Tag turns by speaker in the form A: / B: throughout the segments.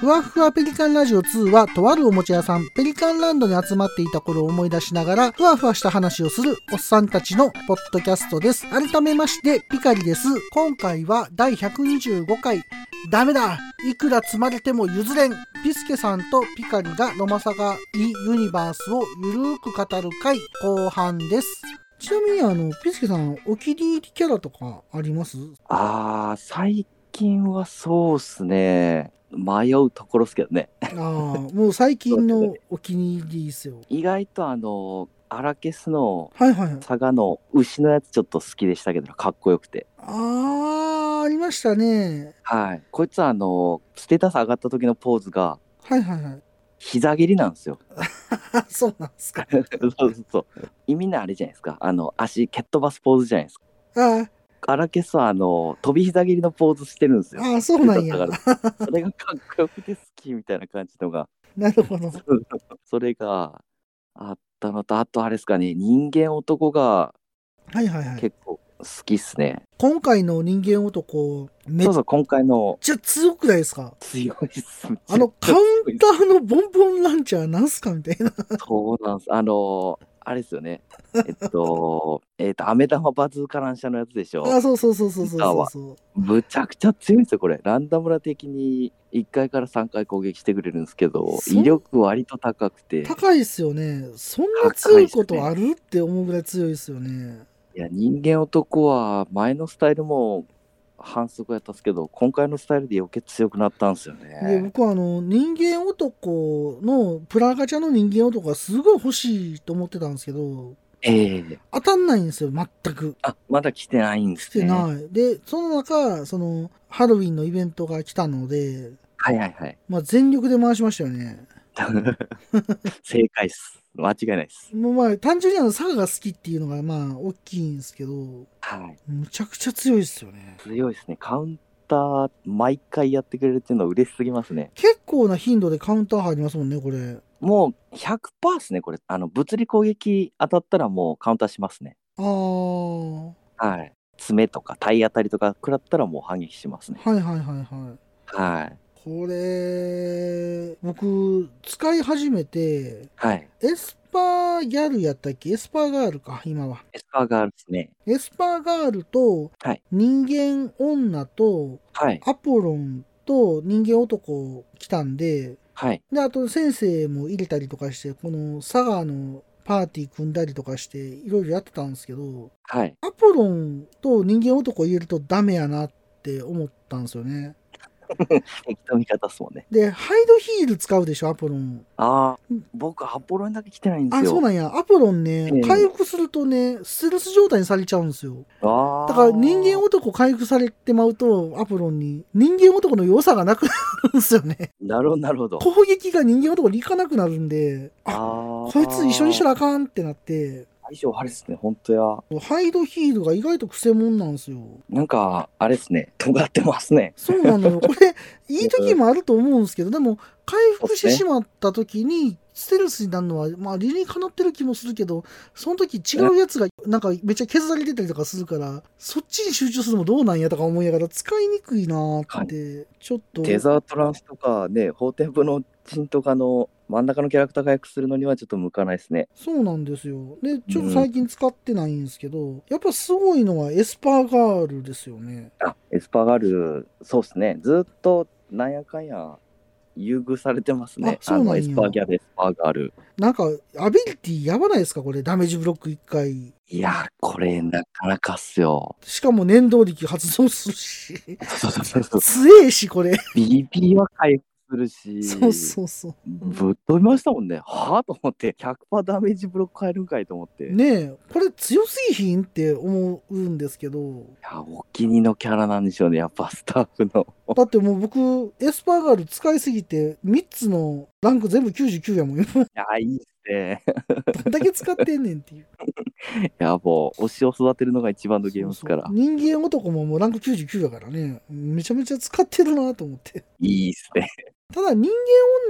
A: ふわふわペリカンラジオ2はとあるおもちゃ屋さん、ペリカンランドに集まっていた頃を思い出しながら、ふわふわした話をするおっさんたちのポッドキャストです。改めまして、ピカリです。今回は第125回、ダメだいくら積まれても譲れんピスケさんとピカリがロマサガ・イ・ユニバースをゆるーく語る回後半です。ちなみにあの、ピスケさん、お気に入りキャラとかあります
B: ああ、最近はそうっすね。迷うところっすけどね。
A: ああ、もう最近のお気に入りですよ。
B: 意外とあの、荒消すの、
A: はいはいはい。
B: 佐賀の牛のやつちょっと好きでしたけど、かっこよくて。
A: ああ、ありましたね。
B: はい。こいつはあの、ステータス上がった時のポーズが、
A: はいはいはい。
B: 膝蹴りなんですよ。
A: あそうなんですか。
B: そうそうそう。意味ないあれじゃないですか。あの、足蹴っ飛ばすポーズじゃないですか。
A: あ
B: 荒消すはあの、飛び膝蹴りのポーズしてるんですよ。
A: あ、そうなんや
B: だ。から、それがかっこよくて好きみたいな感じのが。
A: なるほど。
B: それがあったのと、あとあれですかね、人間男が
A: はいはいはい。
B: 結構好きっすね。
A: 今回の人間男、めっ
B: そうそう、今回の
A: ちゃ強くないですか
B: 強いっす。
A: あの、カウンターのボンボンランチャーなんすかみたいな。
B: そうなんです。あのー、あれですよね。えっと、 えっと、飴玉バズーカ乱射のやつでしょ。
A: あ、そうそうそうそうそう
B: カウンター
A: そう
B: は
A: そう。
B: むちゃくちゃ強いんですよ、これ。ランダムラ的に1回から3回攻撃してくれるんですけど、
A: そう
B: 威力割と高くて、い
A: 高いっすよね。そんな強いことあるって思うぐらい強いっすよね。
B: や、人間男は前のスタイルも反則やったんですけど、今回のスタイルで余計強くなったんですよ
A: で
B: ね。
A: 僕はあの人間男のプラガチャの人間男がすごい欲しいと思ってたんですけど
B: ええ
A: 当たんないんですよ全く
B: あ、まだ来てないんで
A: 来
B: す
A: て
B: ね。
A: ない、でその中そのハロウィンのイベントが来たので、
B: はいはいはい。
A: まあ、全力で回しましたよね
B: 正解っす。間違いないっす。
A: もうまあ単純にあの佐賀が好きっていうのがまあ大きいんですけど
B: はい。
A: むちゃくちゃ強いですよね
B: 強いですね。カウンター、毎回やってくれるっていうのは嬉しすぎますね。
A: 結構な頻度でカウンター入りますもんねこれ
B: もう100%っすね、これ。あの、物理攻撃当たったらもうカウンターしますね。
A: あー
B: はい。爪とか体当たりとか食らったらもう反撃しますね。
A: はいはいはいはい
B: はい。
A: これ僕使い始めて
B: はい。
A: エスパーギャルやったっけエスパーガールか、今は。
B: エスパーガールですね。
A: エスパーガールと
B: はい、
A: 人間女と、
B: はい。
A: アポロンと人間男来たんで、
B: はい。
A: で、あと先生も入れたりとかして、このサガのパーティー組んだりとかして、いろいろやってたんですけど、
B: はい。
A: アポロンと人間男入れるとダメやなって思ったんですよね。
B: 適当味方っすもんね。
A: で、ハイドヒール使うでしょ、アポロン。
B: ああ、僕、アポロンだけ来てないんです
A: あ、
B: よ。
A: そうなんや。アポロンね
B: ええ、
A: 回復するとね、ステルス状態にされちゃうんですよ。
B: ああ。
A: だから人間男回復されてまうと、アポロンに人間男の良さがなくなるんですよね。
B: なるほど、なるほど。
A: 攻撃が人間男にいかなくなるんで、あ
B: あ
A: こいつ一緒にし
B: ら。
A: たらあかんってなって、
B: 相性あれですね、本当や。
A: ハイドヒールが意外とクセモンなんですよ。
B: なんか、あれですね、尖ってますね。
A: そうなのよ。これ、いい時もあると思うんですけど、でも、回復してしまった時に、ステルスになるのは、まあ、理にかなってる気もするけど、その時違うやつが、なんかめっちゃ削られてたりとかするから、そっちに集中するのもどうなんやとか思いながら、使いにくいなーって、ちょっと。
B: デザートランスとかね、法天部の陣とかの真ん中のキャラクターが役するのにはちょっと向かないですね。
A: そうなんですよ。で、ちょっと最近使ってないんですけど、やっぱすごいのはエスパーガールですよね。
B: あ、エスパーガール、そうですね、ずっとなんやかんや優遇されてますね
A: あ。そうなんや
B: のエスパーギャル、エスパーガール。
A: なんか、アビリティやばないですかこれ、ダメージブロック1回。
B: いやー、これなかなかっす よ。
A: しかも念動力発動するし、
B: そうそうそうそう。
A: 強えし、これ。
B: BB は回復するし。
A: そうそうそう。
B: ぶっ飛びましたもんね。はあと思って、100%ダメージブロック入るんかいと思って。い
A: ねえ、これ強すぎひんって思うんですけど、
B: や、お気に入りのキャラなんでしょうね、やっぱスタッフ の。
A: だってもう僕、エスパーガール使いすぎて、3つのランク全部99やもん。 今
B: いや、いいっすね。
A: どんだけ使ってんねんっていう。
B: いや、もう、推しを育てるのが一番のゲームですから。
A: そうそう人間男ももうランク99やからね、めちゃめちゃ使ってるなと思って。
B: いいっすね。
A: ただ人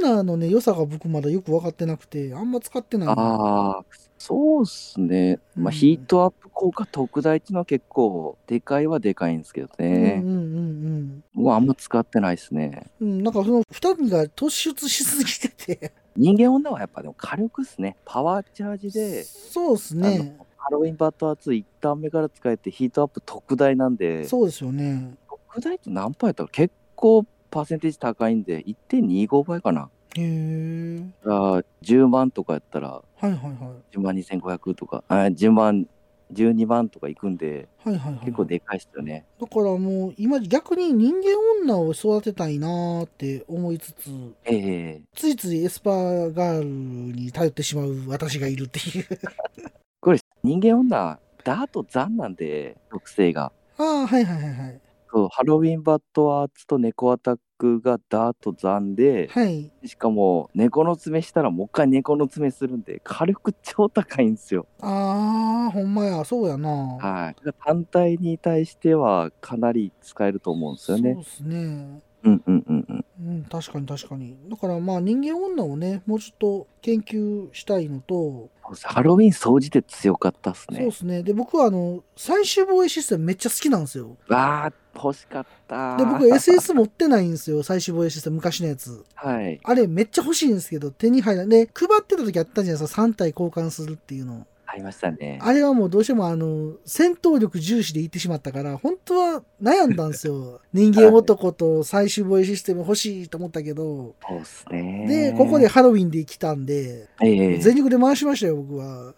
A: 間女のね、良さが僕まだよく分かってなくて、あんま使ってない。
B: ああ、そうっすね。まあ、
A: うん
B: ヒートアップ効果特大っていうのは結構、でかいはでかいんですけど
A: うんうん
B: ね。
A: うん
B: 僕はあんま使ってないですね。
A: うん、なんかその2人が突出しすぎてて、
B: 人間女はやっぱでも火力っすね。パワーチャージで、
A: そうですね
B: あ、のハロウィンバットアーツ1ターン目から使えてヒートアップ特大なんで、
A: そうですよね。
B: 特大って何パーやったら結構パーセンテージ高いんで、1.25倍かな。
A: へえ、
B: だから10万とかやったら、
A: はいはいは
B: 10万2500とか、あ10万、12万とかいくんで、
A: い。はいはいはい、
B: 結構でかいっすよね。
A: だからもう今逆に人間女を育てたいなーって思いつつ
B: ええ
A: ついついエスパーガールに頼ってしまう私がいるっていう
B: 人間女、ダート残なんで、特性が。
A: ああはいはいはいはい
B: そうハロウィンバットアーツと猫アタックがダート残で、
A: はい
B: しかも猫の爪したらもう一回猫の爪するんで、火力超高いんですよ。
A: ああほんまやそうやな
B: はい。だから単体に対してはかなり使えると思うんですよね
A: そう。ですね
B: うんうんうんうん。
A: うん確かに確かにだからまあ人間女をねもうちょっと研究したいのと、
B: ハロウィン総じて強かったっす
A: そう
B: ね
A: で。すねで僕はあの最終防衛システムめっちゃ好きなんですよ
B: わあ、欲しかった。
A: で僕 SS 持ってないんですよ最終防衛システム昔のやつ
B: はい。
A: あれめっちゃ欲しいんですけど手に入らないで配ってた時あったじゃないですか3体交換するっていうの
B: ありましたね。
A: あれはもうどうしてもあの戦闘力重視でいってしまったから本当は悩んだんで すよ人間男と最終防衛システム欲しいと思ったけど
B: そうっすね。
A: でここで、ハロウィンで来たんで
B: ええ
A: 全力で回しましたよ僕 は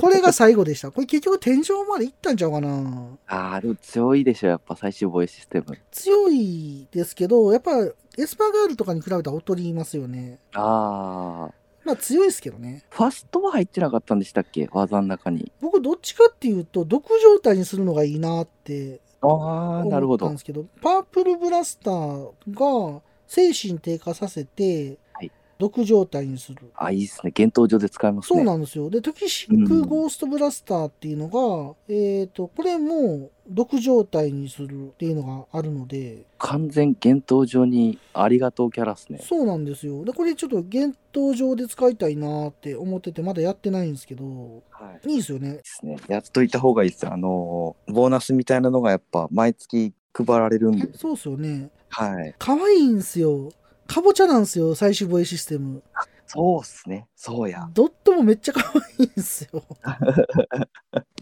A: これが最後でしたこれ結局天井まで行ったんちゃうかな
B: ああ、でも強いでしょ、やっぱ最終防衛システム。
A: 強いですけどやっぱエスパーガールとかに比べたら劣りますよね
B: ああ。
A: まあ強いですけどね
B: ファストは入ってなかったんでしたっけ技の中に。
A: 僕どっちかっていうと毒状態にするのがいいなって
B: ああ、なるほ
A: 思ったん
B: ど
A: で。すけどパープルブラスターが精神低下させて、
B: はい
A: 毒状態にする
B: あいいっすね。幻冬場で使えます
A: そう
B: ね。
A: なんですよでトキシックゴーストブラスターっていうのが、えっ、とこれも毒状態にするっていうのがあるので
B: 完全幻冬場にありがとうキャラっすね。
A: そうなんですよでこれちょっと幻冬上で使いたいなって思っててまだやってないんですけど
B: はい。
A: いいですよね
B: ですね。やっといた方がいいです。あのー、ボーナスみたいなのがやっぱ毎月配られるんで。
A: そうっすよね
B: はい。
A: 可愛いんすよかぼちゃなんですよ最終防衛システム
B: そうっすね。そうや。
A: ドットもめっちゃ可愛いんす よ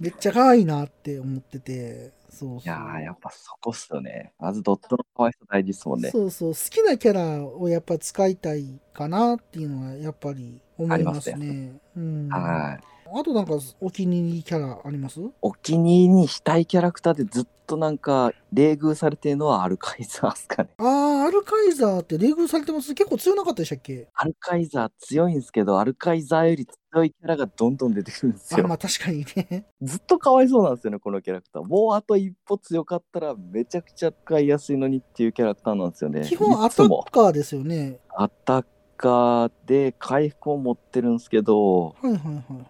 A: めっちゃ可愛いなって思っててそうそう
B: いやー、やっぱそこっすよね。まずドットの可愛さ大事っすもんね。
A: そうそう好きなキャラをやっぱ使いたいかなっていうのはやっぱり思いますね
B: あり
A: うん
B: はい。
A: あとなんかお気に入りキャラあります
B: お気に入りにしたいキャラクターでずっとなんか、冷遇されてるのはアルカイザーっすかね。
A: あーアルカイザーって冷遇されてます結構強なかったでしたっけ
B: アルカイザー強いんですけど、アルカイザーより強いキャラがどんどん出てくるんです
A: あ
B: よ。
A: まあ確かにね
B: ずっとかわいそうなんですよね、このキャラクター。もうあと一歩強かったらめちゃくちゃ使いやすいのにっていうキャラクターなんですよね。
A: 基本ア
B: い
A: タ
B: つも
A: ッカーですよね
B: アタッカーで回復を持ってるんですけど、
A: はいはいはい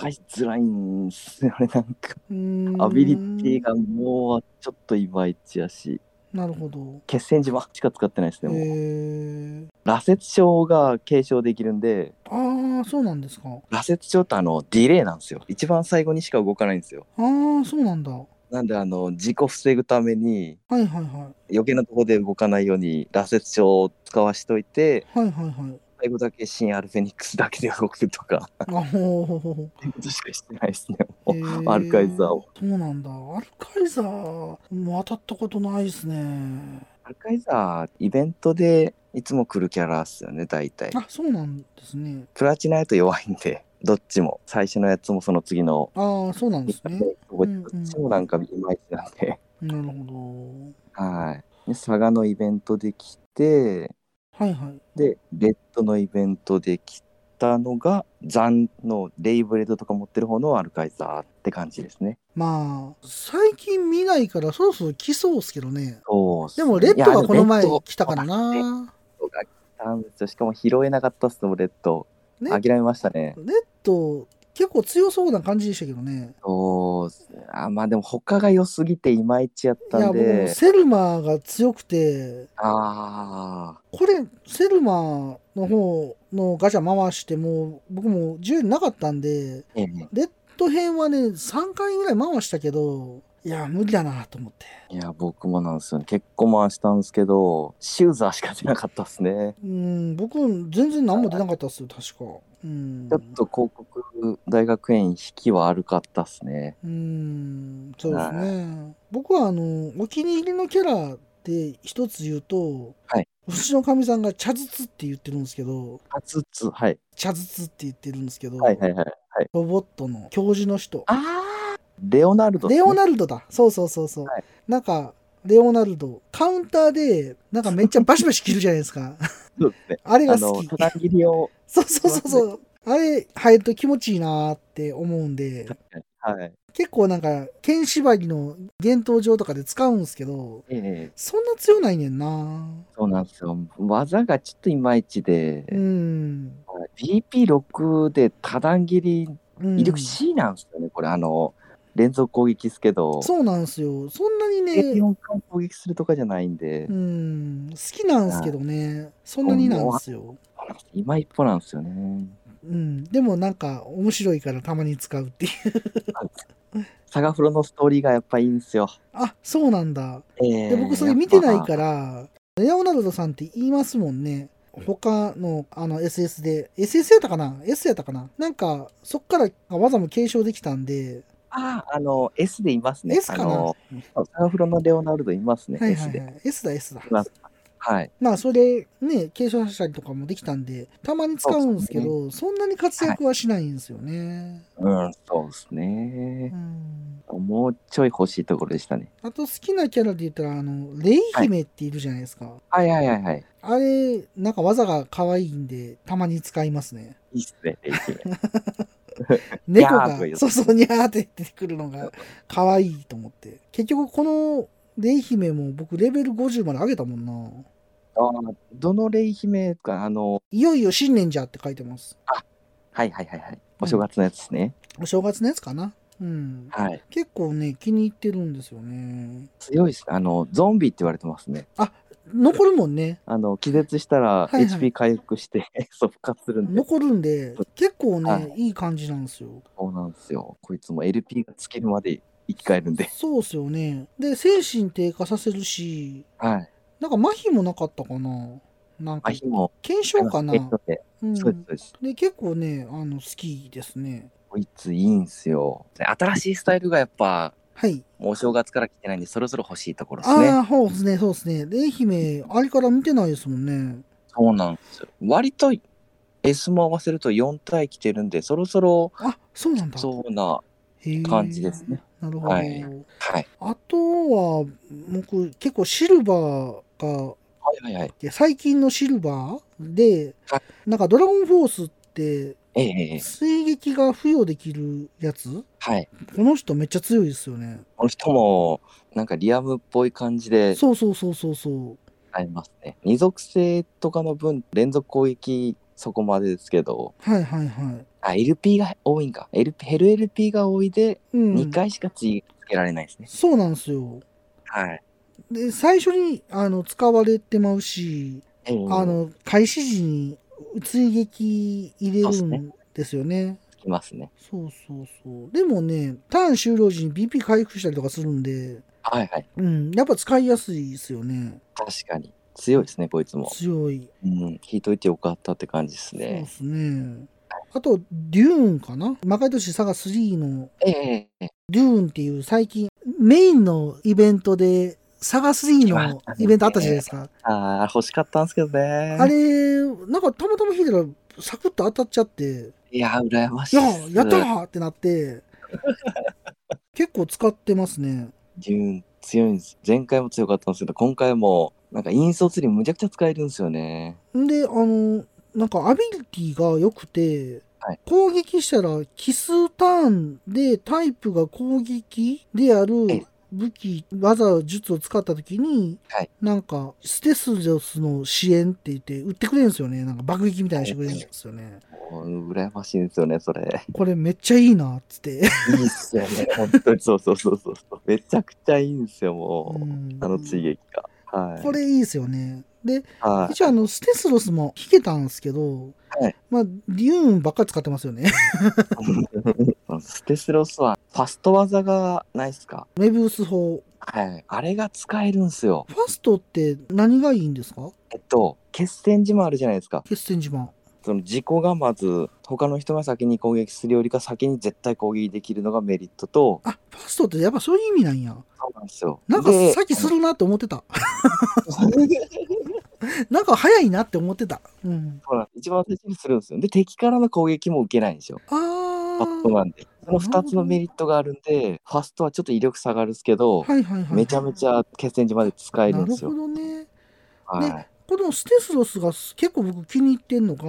B: 使いづらいんですよね、 なんか。
A: うーん
B: アビリティがもうちょっといまいちやし、
A: なるほど
B: 血栓島しか使ってないですね、もう
A: へえ
B: 羅刹症が継承できるんで、
A: ああそうなんですかあ
B: 羅刹症ってあの、ディレイなんですよ。一番最後にしか動かないんですよ。
A: あそうなんだは
B: なんであの事故防ぐために
A: いはいは
B: 余計なところで動かないように羅刹症を使わしといて
A: いはいはい はい
B: 最後だけ新アルフェニックスだけで動くと か
A: あほうほうほうほ
B: っていうことしかしてないですね
A: う
B: もう
A: へー
B: アルカイザーを
A: そうなんだアルカイザーもう当たったことないですね
B: アルカイザーイベントでいつも来るキャラっすよね大体
A: あそうなんですね
B: プラチナやと弱いんで どっちも最初のやつもその次の
A: ああそうなんですね
B: ど
A: うんうん
B: っちもなんかいまいちなんで
A: なるほ
B: はいで佐賀のイベントで来て
A: どはいはい
B: で、レッドのイベントで来たのが、ザンのレイブレッドとか持ってる方のアルカイザーって感じですね。
A: まあ最近見ないからそろそろ来そうっすけどね
B: そうっす
A: で
B: ね
A: もレッドがこの前
B: いやレッド
A: 来たからな
B: が来たんですよ。しかも拾えなかったっすもん、レッド。
A: ね
B: 諦めましたね。
A: レッド結構強そうな感じでしたけどね
B: そうっすねあ、まあでも他が良すぎていまいちやっ
A: いや
B: たん
A: もう
B: で、
A: セルマーが強くて
B: ああ、
A: これセルマーの方のガチャ回しても僕も10なかったんで
B: ええ
A: レッド編はね3回ぐらい回したけどいや、無理だなと思って。
B: いや、僕もなんですよね。結構回したんですけど、シューザーしか出なかったですね。
A: うん、僕、全然何も出なかったっすよ、確か。うん
B: ちょ。っと広告大学院引きは悪かったですね。
A: うん、そうですね。僕は、あの、お気に入りのキャラで一つ言うと、
B: はい。
A: うちのかみさんが茶筒って言ってるんですけど、
B: 初つ、はい。
A: 茶筒って言ってるんですけど、
B: はいはいはい。
A: ロボットの教授の人。
B: ああレオナルド、
A: レオナルドだ。そうそうそうそう。
B: はい
A: なんか、レオナルド、カウンターで、なんかめっちゃバシバシ切るじゃないですか。
B: ルドですね。
A: あれ
B: あ
A: が
B: の、
A: 好き。
B: 棚切りを、
A: そうそうそうそう。あれ入ると気持ちいいなーって思うんで、
B: はい。
A: 結構なんか、剣縛りの伝統上とかで使うんですけど、
B: ええ
A: そんな強ないねんな
B: そうなんですよ。技がちょっといまいちで、
A: うん。
B: BP6 で多段切り、
A: うん
B: 威力 C なんですよね、これ。あの、連続攻撃ですけど、
A: そうなんですよ。そんなにね、
B: 4回攻撃するとかじゃないんで
A: う、ん、好きなんですけどね、そんなになんですよ。
B: 今一歩なんですよね。
A: うん、でもなんか面白いからたまに使うっていう。
B: サガフロのストーリーがやっぱいいんですよ。
A: あ、そうなんだ。
B: え。
A: で、僕それ見てないからら、レオナルドさんって言いますもんね。他のあの SS で、SS やったかな ?S やったかななんか、そっから技も継承できたんで、
B: ああ、あの、S でいますね。
A: S かな
B: あの、サガフロのレオナルドいますね、
A: はいは
B: S
A: い
B: で。
A: はい。S だ S だ
B: い。ます。はい。
A: まあ、それね、継承したりとかもできたんで、たまに使うんですけど、そんなに活躍はしないんですよね。
B: うん、そうですね
A: う。ん。
B: もうちょい欲しいところでしたね。
A: あと好きなキャラで言ったら、あの、レイ姫っているじゃないですか。
B: はいはいはいはい。
A: あれ、なんか技が可愛いんで、たまに使いますね。
B: いいっすね、レイ 姫。
A: 猫が
B: ニャーとか言、う
A: そうそう、にゃーって出てくるのが可愛いと思って。結局、このレイ姫も僕レベル50まで上げたもんな。
B: あーどのレイ姫か、あの、
A: いよいよ新年じゃって書いてます。
B: はいはいはいはい。お正月のやつですね。
A: お正月のやつかな。うん。
B: はい。
A: 結構ね、気に入ってるんですよね。
B: 強いですね。あの、ゾンビって言われてますね。
A: 残るもんね。
B: あの、気絶したら
A: はいはい
B: HP 回復して、 そう復活するんで。
A: 残るんで、結構ね、、
B: はい
A: い感じなんですよ。
B: そうなんですよ。こいつも LP が尽きるまで生き返るんで。
A: そうっすよね。で、精神低下させるし、
B: はい。
A: なんか麻痺もなかったかな。なん
B: あ、
A: か、
B: 日も。
A: 検証かな
B: え。っとね
A: うん
B: そうです、そうです。
A: で、結構ね、あの、好きですね。
B: こいついいんすよ。新しいスタイルがやっぱ、
A: はい。
B: もうお正月から来てないんで、そろそろ欲しいところですね。
A: ああ、そうですね、そうですね。で、愛媛、あれから見てないですもんね。
B: そうなんですよ。割と S も合わせると4体来てるんで、そろそろ
A: あ、そうなんだ。
B: そうな、
A: へー
B: 感じですね。
A: なるほど。
B: はいはい。
A: あとは、僕、結構シルバーが、
B: はいはいはい。
A: で最近のシルバーで
B: は、
A: なんかドラゴンフォースって、
B: ええええ
A: 水撃が付与できるやつこ
B: はい。
A: の人めっちゃ強いですよね。
B: この人も、なんかリアムっぽい感じで
A: そうそうそうそうそう。
B: ありますね。二属性とかの分、連続攻撃そこまでですけど、
A: はいはいはい。
B: あ、LP が多いんか。LP、ヘル LP が多いで、
A: うん。
B: 2回しか追加つけられないですね。
A: そうなんですよ。
B: はい。
A: で、最初に、あの、使われてまうし、
B: ええ
A: あの、開始時に追撃入れるんですよね。
B: つきますね。
A: そうそうそう。でもね、ターン終了時に BP 回復したりとかするんで、
B: はいはい。
A: うん、やっぱ使いやすいですよね。
B: 確かに。強いですね、こいつも。
A: 強い。
B: うん。引いといてよかったって感じです
A: そうで
B: ね。
A: すね。あと、デューンかな魔界都市サガ3の
B: ええええ
A: デューンっていう最近メインのイベントでサガ3のイベントあったじゃないですか。
B: ああ、欲しかったんですけどね。
A: あれ、なんかたまたま弾いたらサクッと当たっちゃって、
B: いやー、羨まし
A: い
B: い
A: や
B: っす。
A: ーやったーってなって、結構使ってますね。
B: ジューン強いんです。前回も強かったんですけど、今回も、なんか引率にむちゃくちゃ使えるんですよね。
A: んで、あの、なんかアビリティが良くて、
B: はい
A: 攻撃したら奇数ターンでタイプが攻撃である
B: え
A: 武器、技、術を使った時に、
B: はい
A: なんかステスジョスの支援って言って売ってくれるんですよね。なんか爆撃みたいにしてくれるんですよね。
B: もう、羨ましいんですよね、それ。
A: これめっちゃいいなっつって。
B: いいっすよね。本当に、そうそうそうそうそう。めちゃくちゃいいんですよ、も
A: うん
B: う。あの追撃が。はい。
A: これいいですよね。で、
B: はい。
A: 一応あの、ステスロスも弾けたんですけど、
B: はい
A: まあ、デューンばっかり使ってますよね。
B: ステスロスはファスト技がないっすか
A: メビウス法。
B: はい。あれが使えるんすよ。
A: ファストって何がいいんですか
B: えっと、決戦時もあるじゃないですか。
A: 決戦自慢。
B: その自己がまず、他の人が先に攻撃するよりか先に絶対攻撃できるのがメリットと、
A: あ、ファストってやっぱそういう意味なんや。
B: そうなんですよ。
A: なんか
B: で
A: さっ きするなって思ってた。 なんか早いなって思ってた。うん。
B: そうなんです一番最初にするんですよ。で、敵からの攻撃も受けないんですよ。
A: あ
B: ファスト
A: ー。
B: なんで。その2つのメリットがあるんで、ファストはちょっと威力下がるんですけど、
A: はいはいはい。
B: めちゃめちゃ決戦時まで使える
A: なん
B: で
A: る
B: す
A: ほ
B: よ。
A: どね。
B: はい。
A: このステスロスが結構僕気に入ってんのが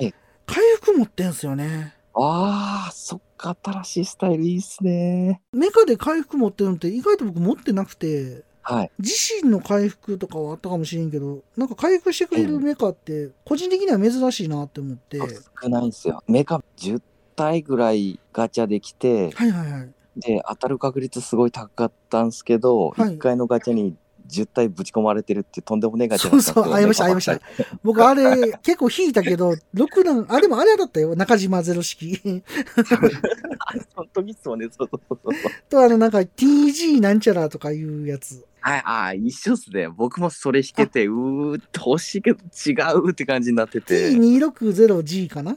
B: ええ、
A: 回復持ってんすよね。
B: ああ、そっか、新しいスタイルいいっすね。
A: メカで回復持ってるのって意外と僕持ってなくて、
B: はい。
A: 自身の回復とかはあったかもしれんけど、なんか回復してくれるメカって、個人的には珍しいなって思って。はい
B: 少ないんですよ。メカ10体ぐらいガチャできて、
A: はいはい。
B: で、当たる確率すごい高かったんですけど、一
A: はい
B: 1回のガチャに10体ぶち込まれてるってとんでもねえガチャ
A: そうそう、ありました、あり ました。。僕、あ れ、結構引いたけど、6段、あ、でもあれだったよ。中島ゼロ式。
B: その時っすもんね、そうそうそうそう。
A: と、あの、なんか TG なんちゃらとかいうやつ。
B: はい、ああ、一緒っすね。僕もそれ引けて、うーっと欲しいけど違うって感じになってて。
A: T260G かな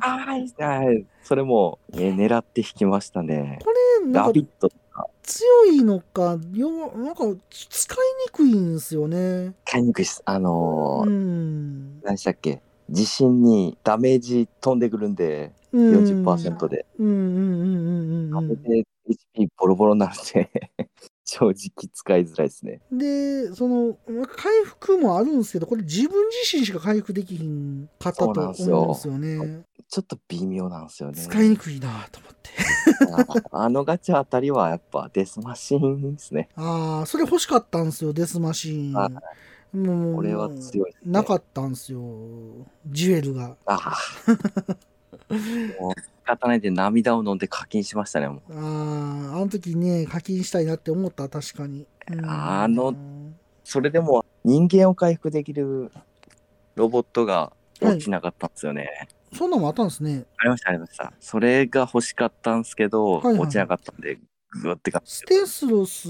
B: ああ、いいっすねはい。それも、えー狙って引きましたね。
A: な
B: ラ
A: んか
B: ビットとか
A: 強いのか、弱なんか使いにくいんですよね。
B: 買いにくいっす。あのー
A: うん。
B: 何でしたっけ地震にダメージ飛んでくるんで
A: うん
B: 40%で、
A: うんうんうんうん
B: あ
A: うん
B: れ
A: う
B: で HP ボロボロになるんで 正直使いづらいですね
A: ん。で、その、回復もあるんですけど、これ自分自身しか回復できひん方
B: そう
A: と思う
B: なんんで
A: で
B: すよ
A: すよね。
B: ちょっと微妙なんですよね
A: 使いにくいなと思って。
B: あのガチャあたりはやっぱデスマシンですね
A: ああ、それ欲しかったんですよ、デスマシーン。
B: は
A: もう
B: これは強いですね
A: なかったんですよ、ジュエルが。
B: ああ もう仕方ないで涙を飲んで課金しましたねも
A: ああ、あの時ね、課金したいなって思った、確かに。うん
B: あの、うそれでも人間を回復できるロボットが落ちなかったんですよね、
A: そんなんもあったんですね。
B: ありましたありましたそれが欲しかったんですけど、
A: はいはい
B: 落ちなかったんでグーって感じ
A: ステスロス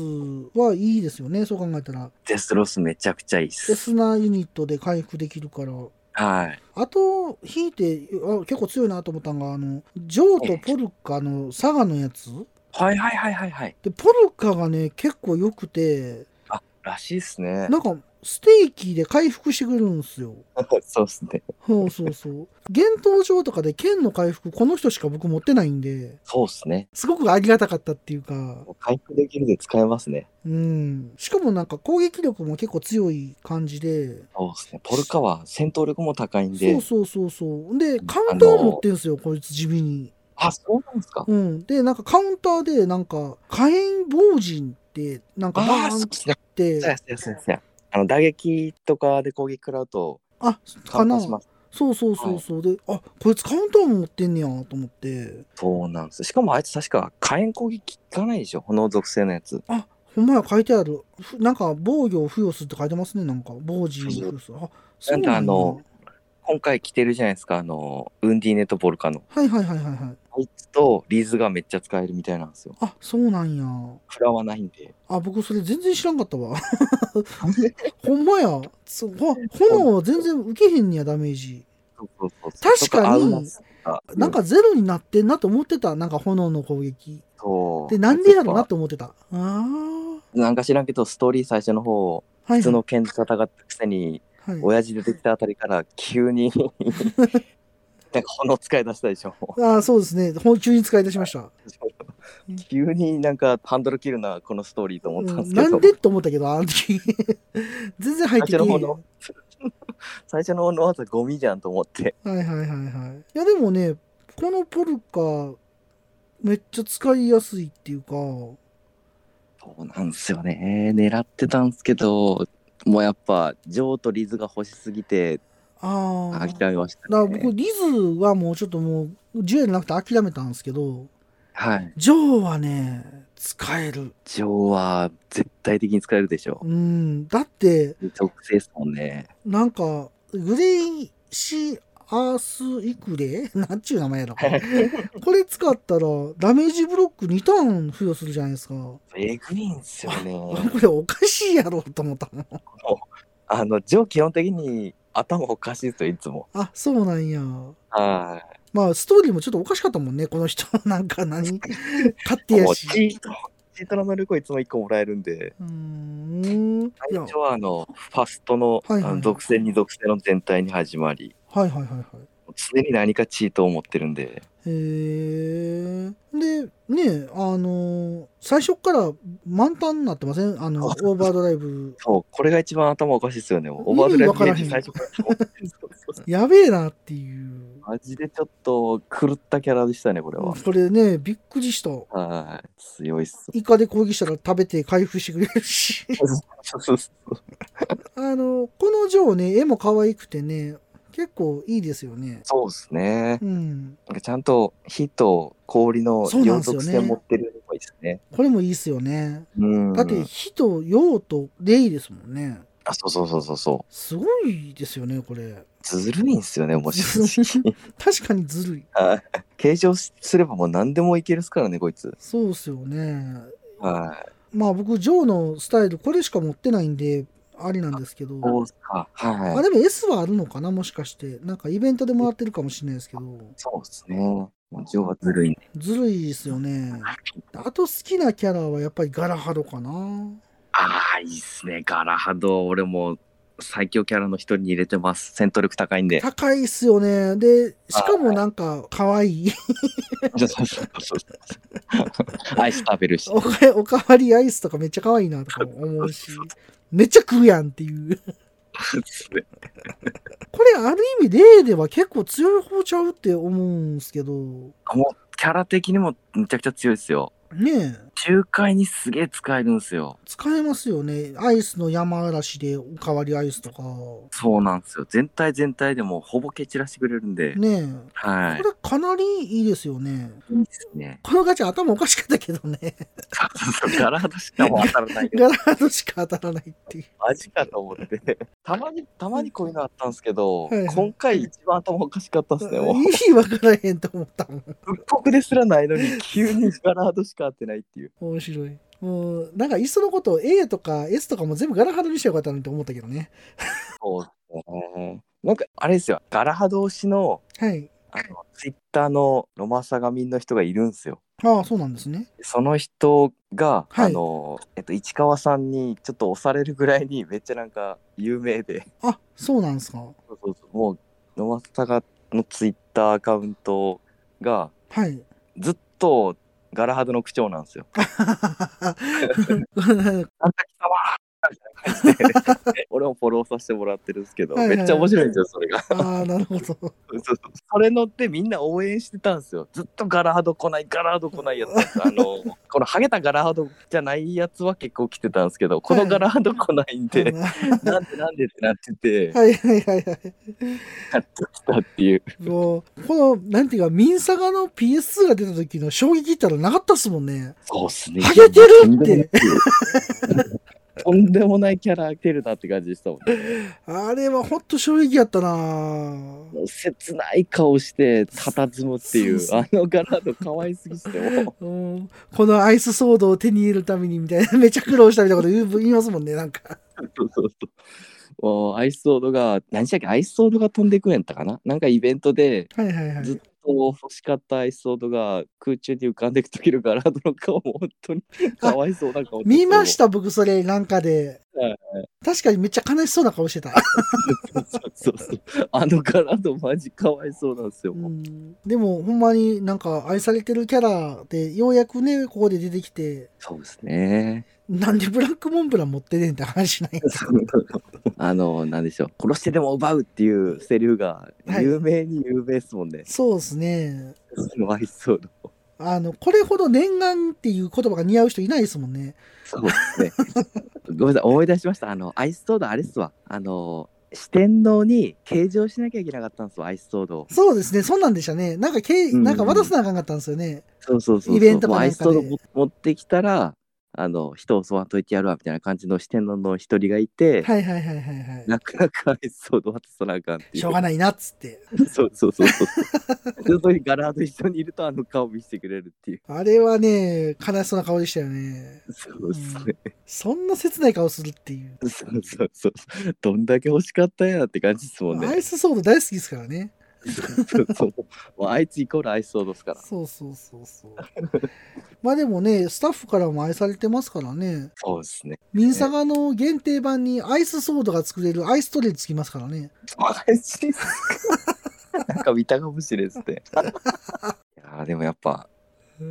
A: はいいですよね、そう考えたら。
B: デスロスめちゃくちゃいいっす
A: エ。スナユニットで回復できるから。
B: はい。
A: あと、引いて、あ結構強いなと思ったのが、あの、ジョーとポルカの佐賀のやつ。
B: はいはいはいはいはい。
A: で、ポルカがね、結構良くて、
B: あ、らしいっすね。
A: なんか、ステーキで回復してくれるんですよ。
B: そうっすね。
A: そうそうそう。幻冬場とかで剣の回復、この人しか僕持ってないんで、
B: そうっすね。
A: すごくありがたかったっていうか、
B: 回復できるで使えますね。
A: うん。しかもなんか攻撃力も結構強い感じで、
B: そうっすね。ポルカは戦闘力も高いんで。
A: そうそうそうそう。で、カウンター持ってんすよ、こいつ地味に。
B: あ、そうなんですか。
A: うん。で、なんかカウンターで、なんか、火炎防塵って、なんかバ
B: ああ、
A: ー
B: そ
A: ン
B: う
A: っ
B: っすね。
A: て
B: そう、やそうやそうやそうや。あの、打撃とかで攻撃食らうと、
A: あ、か
B: カウンタ
A: な
B: ーします。
A: そうそうそうそう。で、あ、こいつカウンターも持ってんねやと思って、
B: そうなんです。しかもあいつ確か火炎攻撃効かないでしょ。炎属性のやつ。
A: あ、ほんまや書いてある。ふなんか防御を付与するって書いてますね、なんか。防塵を付与する。あ、そうなんや
B: なんかあの、今回着てるじゃないですか。あの、ウンディーネとポルカの。
A: はいはいはいはいはい。
B: あいつとリーズがめっちゃ使えるみたいなんですよ。
A: あ、そうなんや。
B: 食らわないんで。
A: あ、僕それ全然知らんかったわ。 ほんまや。そうほ炎全然受けへんねや、ダメージ。
B: そうそうそう
A: 確かに
B: と合うな
A: なん、かゼロになってんなと思ってた。なんか炎の攻撃。
B: そう
A: で、なんでやろう
B: や
A: な
B: っ
A: と思ってた。ああ。
B: ぱなんか知らんけど、ストーリー最初の方、
A: は
B: 普
A: い
B: 通
A: は
B: の剣と戦ったくせに、
A: い。はい、
B: 親父出てきたあたりから急に、 なんか炎使い出したでしょ。
A: ああ、そうですね。本中に使い出しました。
B: 急になんかハンドル切るな、このストーリーと思ったんですけ
A: な
B: ど、
A: んでと思ったけど、あの時。 全然入ってきてへん
B: あっちの方の最初の方の技ゴミじゃんと思って。
A: はいはいはいはい。いやでもね、このポルカ、めっちゃ使いやすいっていうか、
B: そうなんですよね。狙ってたんですけど、もうやっぱ、ジョーとリズが欲しすぎて、
A: ああ。
B: 諦めまし
A: だから
B: た、ね。
A: 僕、リズはもうちょっともう、ジュエルなくて諦めたんですけど、
B: はい。
A: ジョーはね、使える。
B: ジョーは絶対的に使えるでしょ
A: うん。だって、
B: う。直性ですもんね。
A: なんか、グレイシーアースイクレイ なんちゅう名前やろ。 これ使ったら、ダメージブロック2ターン付与するじゃないですか。こ
B: えぐいんすよね。
A: れおかしいやろと思ったもん。
B: あの、ジョー基本的に頭おかしいですよ、いつも。
A: あ、そうなんや。
B: は
A: まあ、ストーリーもちょっとおかしかったもんね、この人。 なんか何勝
B: い。
A: 手や
B: もうチ
A: し。
B: ート、チートラのルコいつも1個もらえるんで。
A: うーん。い
B: 最
A: や、は
B: 初はあの、ファストの、
A: はいはいはい
B: あの属性に属性の全体に始まり、
A: いはいはいはい。
B: 常に何かチートを持ってるんで、
A: へえ。で、ねあのー最初から満タンになってませんあの、オ
B: あ
A: ーバードライブ。
B: そう、これが一番頭おかしいですよね。オーバードライブゲージ
A: 意味
B: 最
A: わ
B: 初から。そうそうそう
A: やべえなっていう。
B: マジでちょっと狂ったキャラでしたね、これは。
A: これね、びっくりした。
B: はい、強いっす。
A: イカで攻撃したら食べて回復してくれるし。
B: そうそうそう
A: あの、このジョーね、絵も可愛くてね、結構いいですよね。
B: そうですね。
A: うん。
B: なんかちゃんと火と氷の
A: そうなん
B: 両
A: ですよ
B: 属
A: ね
B: 性持ってるっぽいですね。
A: これもいいっすよね。
B: うん。
A: だって、火と陽と霊ですもんね。
B: あ、そうそうそうそうそ
A: すごいですよね、これ。
B: う。ずるいんすよね、面白い。
A: 確かにずるい。
B: はい計上すればもう何でもいけるっすからね、こいつ。
A: そうっすよね。
B: はい。
A: まあ僕、ジョーのスタイル、これしか持ってないんで、ありなんですけど。
B: そうっすか。はい
A: あ、。でも S はあるのかなもしかして。なんかイベントでもらってるかもしれないですけど。
B: そうですね。もうジョーはずるいね。
A: ずるいですよね。あと好きなキャラはやっぱりガラハドかな。
B: ああ、いいっすね。ガラハド、俺も最強キャラの一人に入れてます。戦闘力高いん で。
A: 高いっすよね。で、しかもなんか可愛い。
B: そうそうそうそうアイス食べるし。
A: おかえおかわりアイスとかめっちゃ可愛いなとか思 うし。めっちゃ食うやんっていう。これある意味例では結構強い方ちゃうって思うんですけど。
B: もうキャラ的にもめちゃくちゃ強いですよ。
A: ねえ。
B: 仲介にすげえ使えるんですよ。
A: 使えますよね。アイスの山嵐でおかわりアイスとか。
B: そうなんですよ。全体全体でもうほぼ蹴散らしてくれるんで。
A: ねえ。
B: は
A: こ
B: い。
A: れかなりいいですよね。
B: いいです ね。
A: このガチャ頭おかしかったけどね。
B: ガラハドしかもう当たらないけど。
A: ガラハドしか当たらないっていう。
B: マジかと思って。たまに、たまにこういうのあったんですけど、
A: はいはい
B: 今回一番頭おかしかったですね。もう
A: 意味わからへんと思ったもん。
B: 復刻ですらないのに 急にガラハドしか合ってないっていう。
A: 面白い。もう、なんかいっそのこと A とか S とかも全部ガラハドにしてよかったなって思ったけどね。
B: そうですね。なんかあれですよ、ガラハド推しの
A: はい。
B: あのツイッターのロマサガミンの人がいるんですよ。
A: ああ、そうなんですね。
B: その人が、
A: はい
B: あの、えっと、市川さんにちょっと押されるぐらいにめっちゃなんか有名で、
A: あ、そうなんですか。は
B: そうそうそうもうロマサガのツイッターアカウントが
A: い。
B: ずっとガラハドの口調なんですよ。
A: は
B: あんた貴様みたいな感じで 俺もフォローさせてもらってるんですけど、
A: はいはい
B: め
A: はい
B: っちゃ面白いんですよ、それが。
A: ああ、なるほど。
B: そうそうそれ乗ってみんな応援してたんですよ。ずっとガラハド来ない、ガラハド来ないやつだった。あ の、このハゲたガラハドじゃないやつは結構来てたんですけど、このガラハド来ないんで、なんでなんでってなって て、
A: はいはいはいはい。
B: やっと来たっていう。
A: もう、この、なんていうか、ミンサガの PS2 が出た時の衝撃ったらなかったっすもんね。
B: そうっすね。
A: ハゲてるって
B: とんでもないキャラ出るなって感じでしたもんね。
A: あれはほんと衝撃やったなぁ
B: もう切ない顔して佇むっていう、
A: そう
B: あのガラハド可愛すぎして も。
A: うんこのアイス騒動を手に入れるためにみたいな、めちゃ苦労したみたいなこと 言う言いますもんね、なんか。
B: そうそうそう。もうアイスソードが、何したっけ、アイスソードが飛んでいくんやったかななんかイベントで、
A: はいはいは
B: ずっ
A: い。
B: と欲しかったアイスソードが空中に浮かんでいくときのガラードの顔も本当 にかわいそうな顔。
A: 見ましたた、僕、それ、なんかで
B: はい。
A: 確かにめっちゃ悲しそうな顔してた。
B: そうそうそう。あのガラードマジかわい そうなんですよ。
A: う
B: もうん
A: でも、ほんまになんか愛されてるキャラで、ようやくね、ここで出てきて、
B: そうです ね。
A: なんでブラックモンブラン持ってねんって話 ないんですか。
B: あの、なんでしょう。殺してでも奪うっていうセリフが
A: はい
B: 有名に有名ですもんね。
A: そうですね。
B: そのアイスソード。
A: あの、これほど念願っていう言葉が似合う人いないですもんね。
B: そうですね。 ごめんなさい、思い出しました。あの、アイスソードあれっすわ。あの、四天王に計上しなきゃいけなかったんですわ、アイスソードを。
A: そうですね、そんなんでしたね。なんか、けい
B: うん
A: なんか渡さなあかんかったんですよね。
B: そうそうそうそう。
A: イベントかなんかで
B: もうアイスソードも持ってきたら、あの人を襲わんといてやるわみたいな感じの四天王の一人がいて、
A: はいはいはいはいはい。
B: なかなかエピソード渡さなあかんっていう。
A: しょうがないなっつって。
B: そうそうそうそう。ずっとガラード一緒にいるとあの顔見せてくれるっていう。
A: あれはね、悲しそうな顔でしたよね。
B: そうですね。
A: そんな切ない顔するっていう。
B: そうそうそう。どんだけ欲しかったんやって感じですもん
A: ア
B: ね。
A: イスソード大好きですからね。
B: そうそうもうあいつイコールアイスソードですから。
A: そうそうそうそう。 まあでもね、スタッフからも愛されてますからね。
B: そうですね。
A: ミンサガの限定版にアイスソードが作れるアイストレイつきますからね。
B: マジっすか なんか見たかもしれんっすね。いやーでもやっぱフ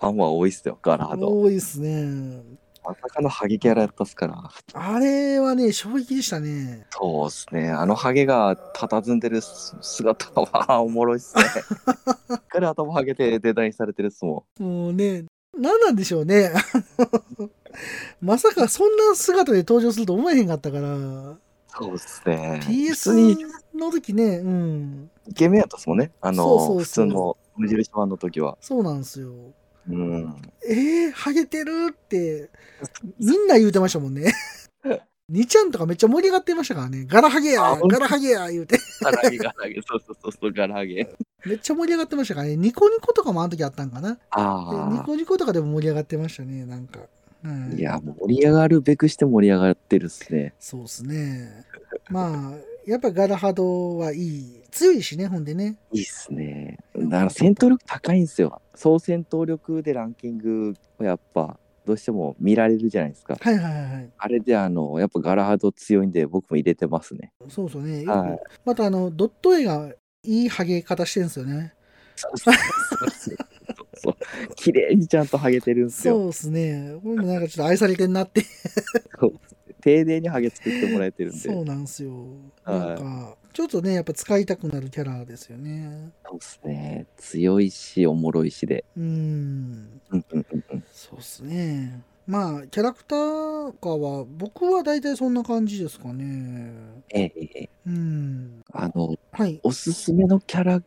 B: ァンは多いっすよ、ガラード。
A: 多いですね。
B: まさかのハゲキャラやったっすから。
A: あれはね、衝撃でしたね。
B: そうっすね。あのハゲが佇んでる姿はおもろいっ すね。しっかり頭ハゲてデザインされてるっすもん。
A: もうね、何なんでしょうね。 まさかそんな姿で登場すると思えへんかったから。
B: そうっすね。普通
A: PS
B: に
A: の時ね、うん。
B: イケメンやったっすもんね。あの、
A: そうそう
B: 普
A: そう
B: 通の無印版の時は。
A: そうなんですよ。
B: うん。
A: えー、ハゲてるって、みんな言うてましたもんね。 にちゃんとかめっちゃ盛り上がってましたからね。ガラハゲ
B: あ
A: や
B: 本当
A: ガラハゲや言うて。
B: ガラゲガラゲ、そうそうそうそう、ガラゲ。
A: めっちゃ盛り上がってましたからね。ニコニコとかもあの時あったんかな。でニ
B: あ
A: コニコとかでも盛り上がってましたね、なんか。うん
B: あ。いや、盛り上がるべくして盛り上がってるっすね。
A: そうですね。まあ、やっぱガラハドはいい。強いしね、ほんでね。
B: いいっすね。だから戦闘力高いんですよ。総戦闘力でランキングをやっぱどうしても見られるじゃないですか。
A: はいはいはいはい。
B: あれであのやっぱガラハド強いんで僕も入れてます ね。
A: そうそうね。
B: はい
A: よくまたあの、ドット絵がいいハゲ方してるんですよね。
B: そうそうそうそう綺麗にちゃんとハゲてるんです
A: そ
B: よ。
A: うですね。これもなんかちょっと愛されてんなって。
B: 丁寧にハゲ作ってもらえて るんで。
A: そ
B: そうう
A: なんですよ。
B: はい
A: なんか、ちょっとね、やっぱ使いたくなるキャラですよね。
B: ですね。強いしおもろいしで。
A: うーん。
B: うんうんうんうん
A: そうですね。まあ、キャラクターとかは、僕は大体そんな感じですかね。
B: ええええ
A: うん。
B: あの
A: はい。
B: おすすめのキャラ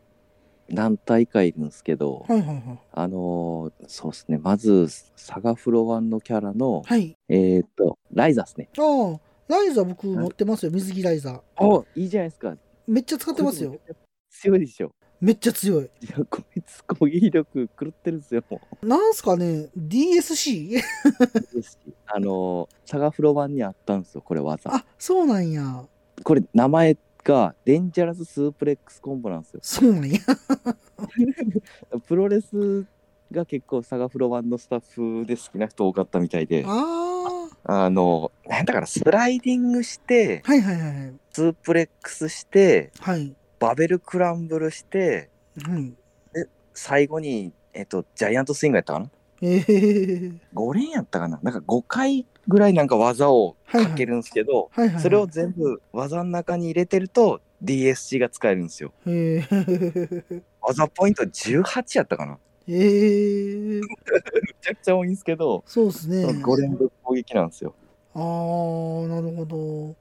B: 何体かいるんですけど、
A: はいはいはい。
B: あのーそうですね。まずサガフロワンのキャラの
A: はい。
B: えーっと、ライザですね。
A: ああ、ライザー僕持ってますよ、水着ライザー。
B: おいいじゃないですか。
A: めっちゃ使ってますよ。。
B: 強いでしょ。
A: めっちゃ強い。
B: いや、こいつ攻撃力狂ってるんですよ。も
A: なんすかね、DSC?
B: うですしあのー、サガフロ版にあったんですよ、これ技。
A: あ、そうなんや。
B: これ、名前がデンジャラススープレックスコンボなんですよ。
A: そ うなんや。
B: プロレスが結構サガフロ版のスタッフで好きな人多かったみたいで、
A: あ
B: あのー、なんだからスライディングして
A: あ、、はいはいはいはい。
B: スープレックスして、
A: はい。
B: バベルクランブルして、
A: はい。
B: 最後に、えっと、ジャイアントスイングやったかな
A: えー、
B: 5連やったかななんか5回ぐらいなんか技をかけるんですけど、
A: はいはいはい。
B: それを全部技の中に入れてると DSG が使えるんですよ。
A: えー、
B: 技ポイント18やったかな
A: え
B: め
A: ー、
B: ちゃくちゃ多いんですけど、
A: そうですね。
B: その5連続攻撃なんですよ。
A: ああ、なるほど。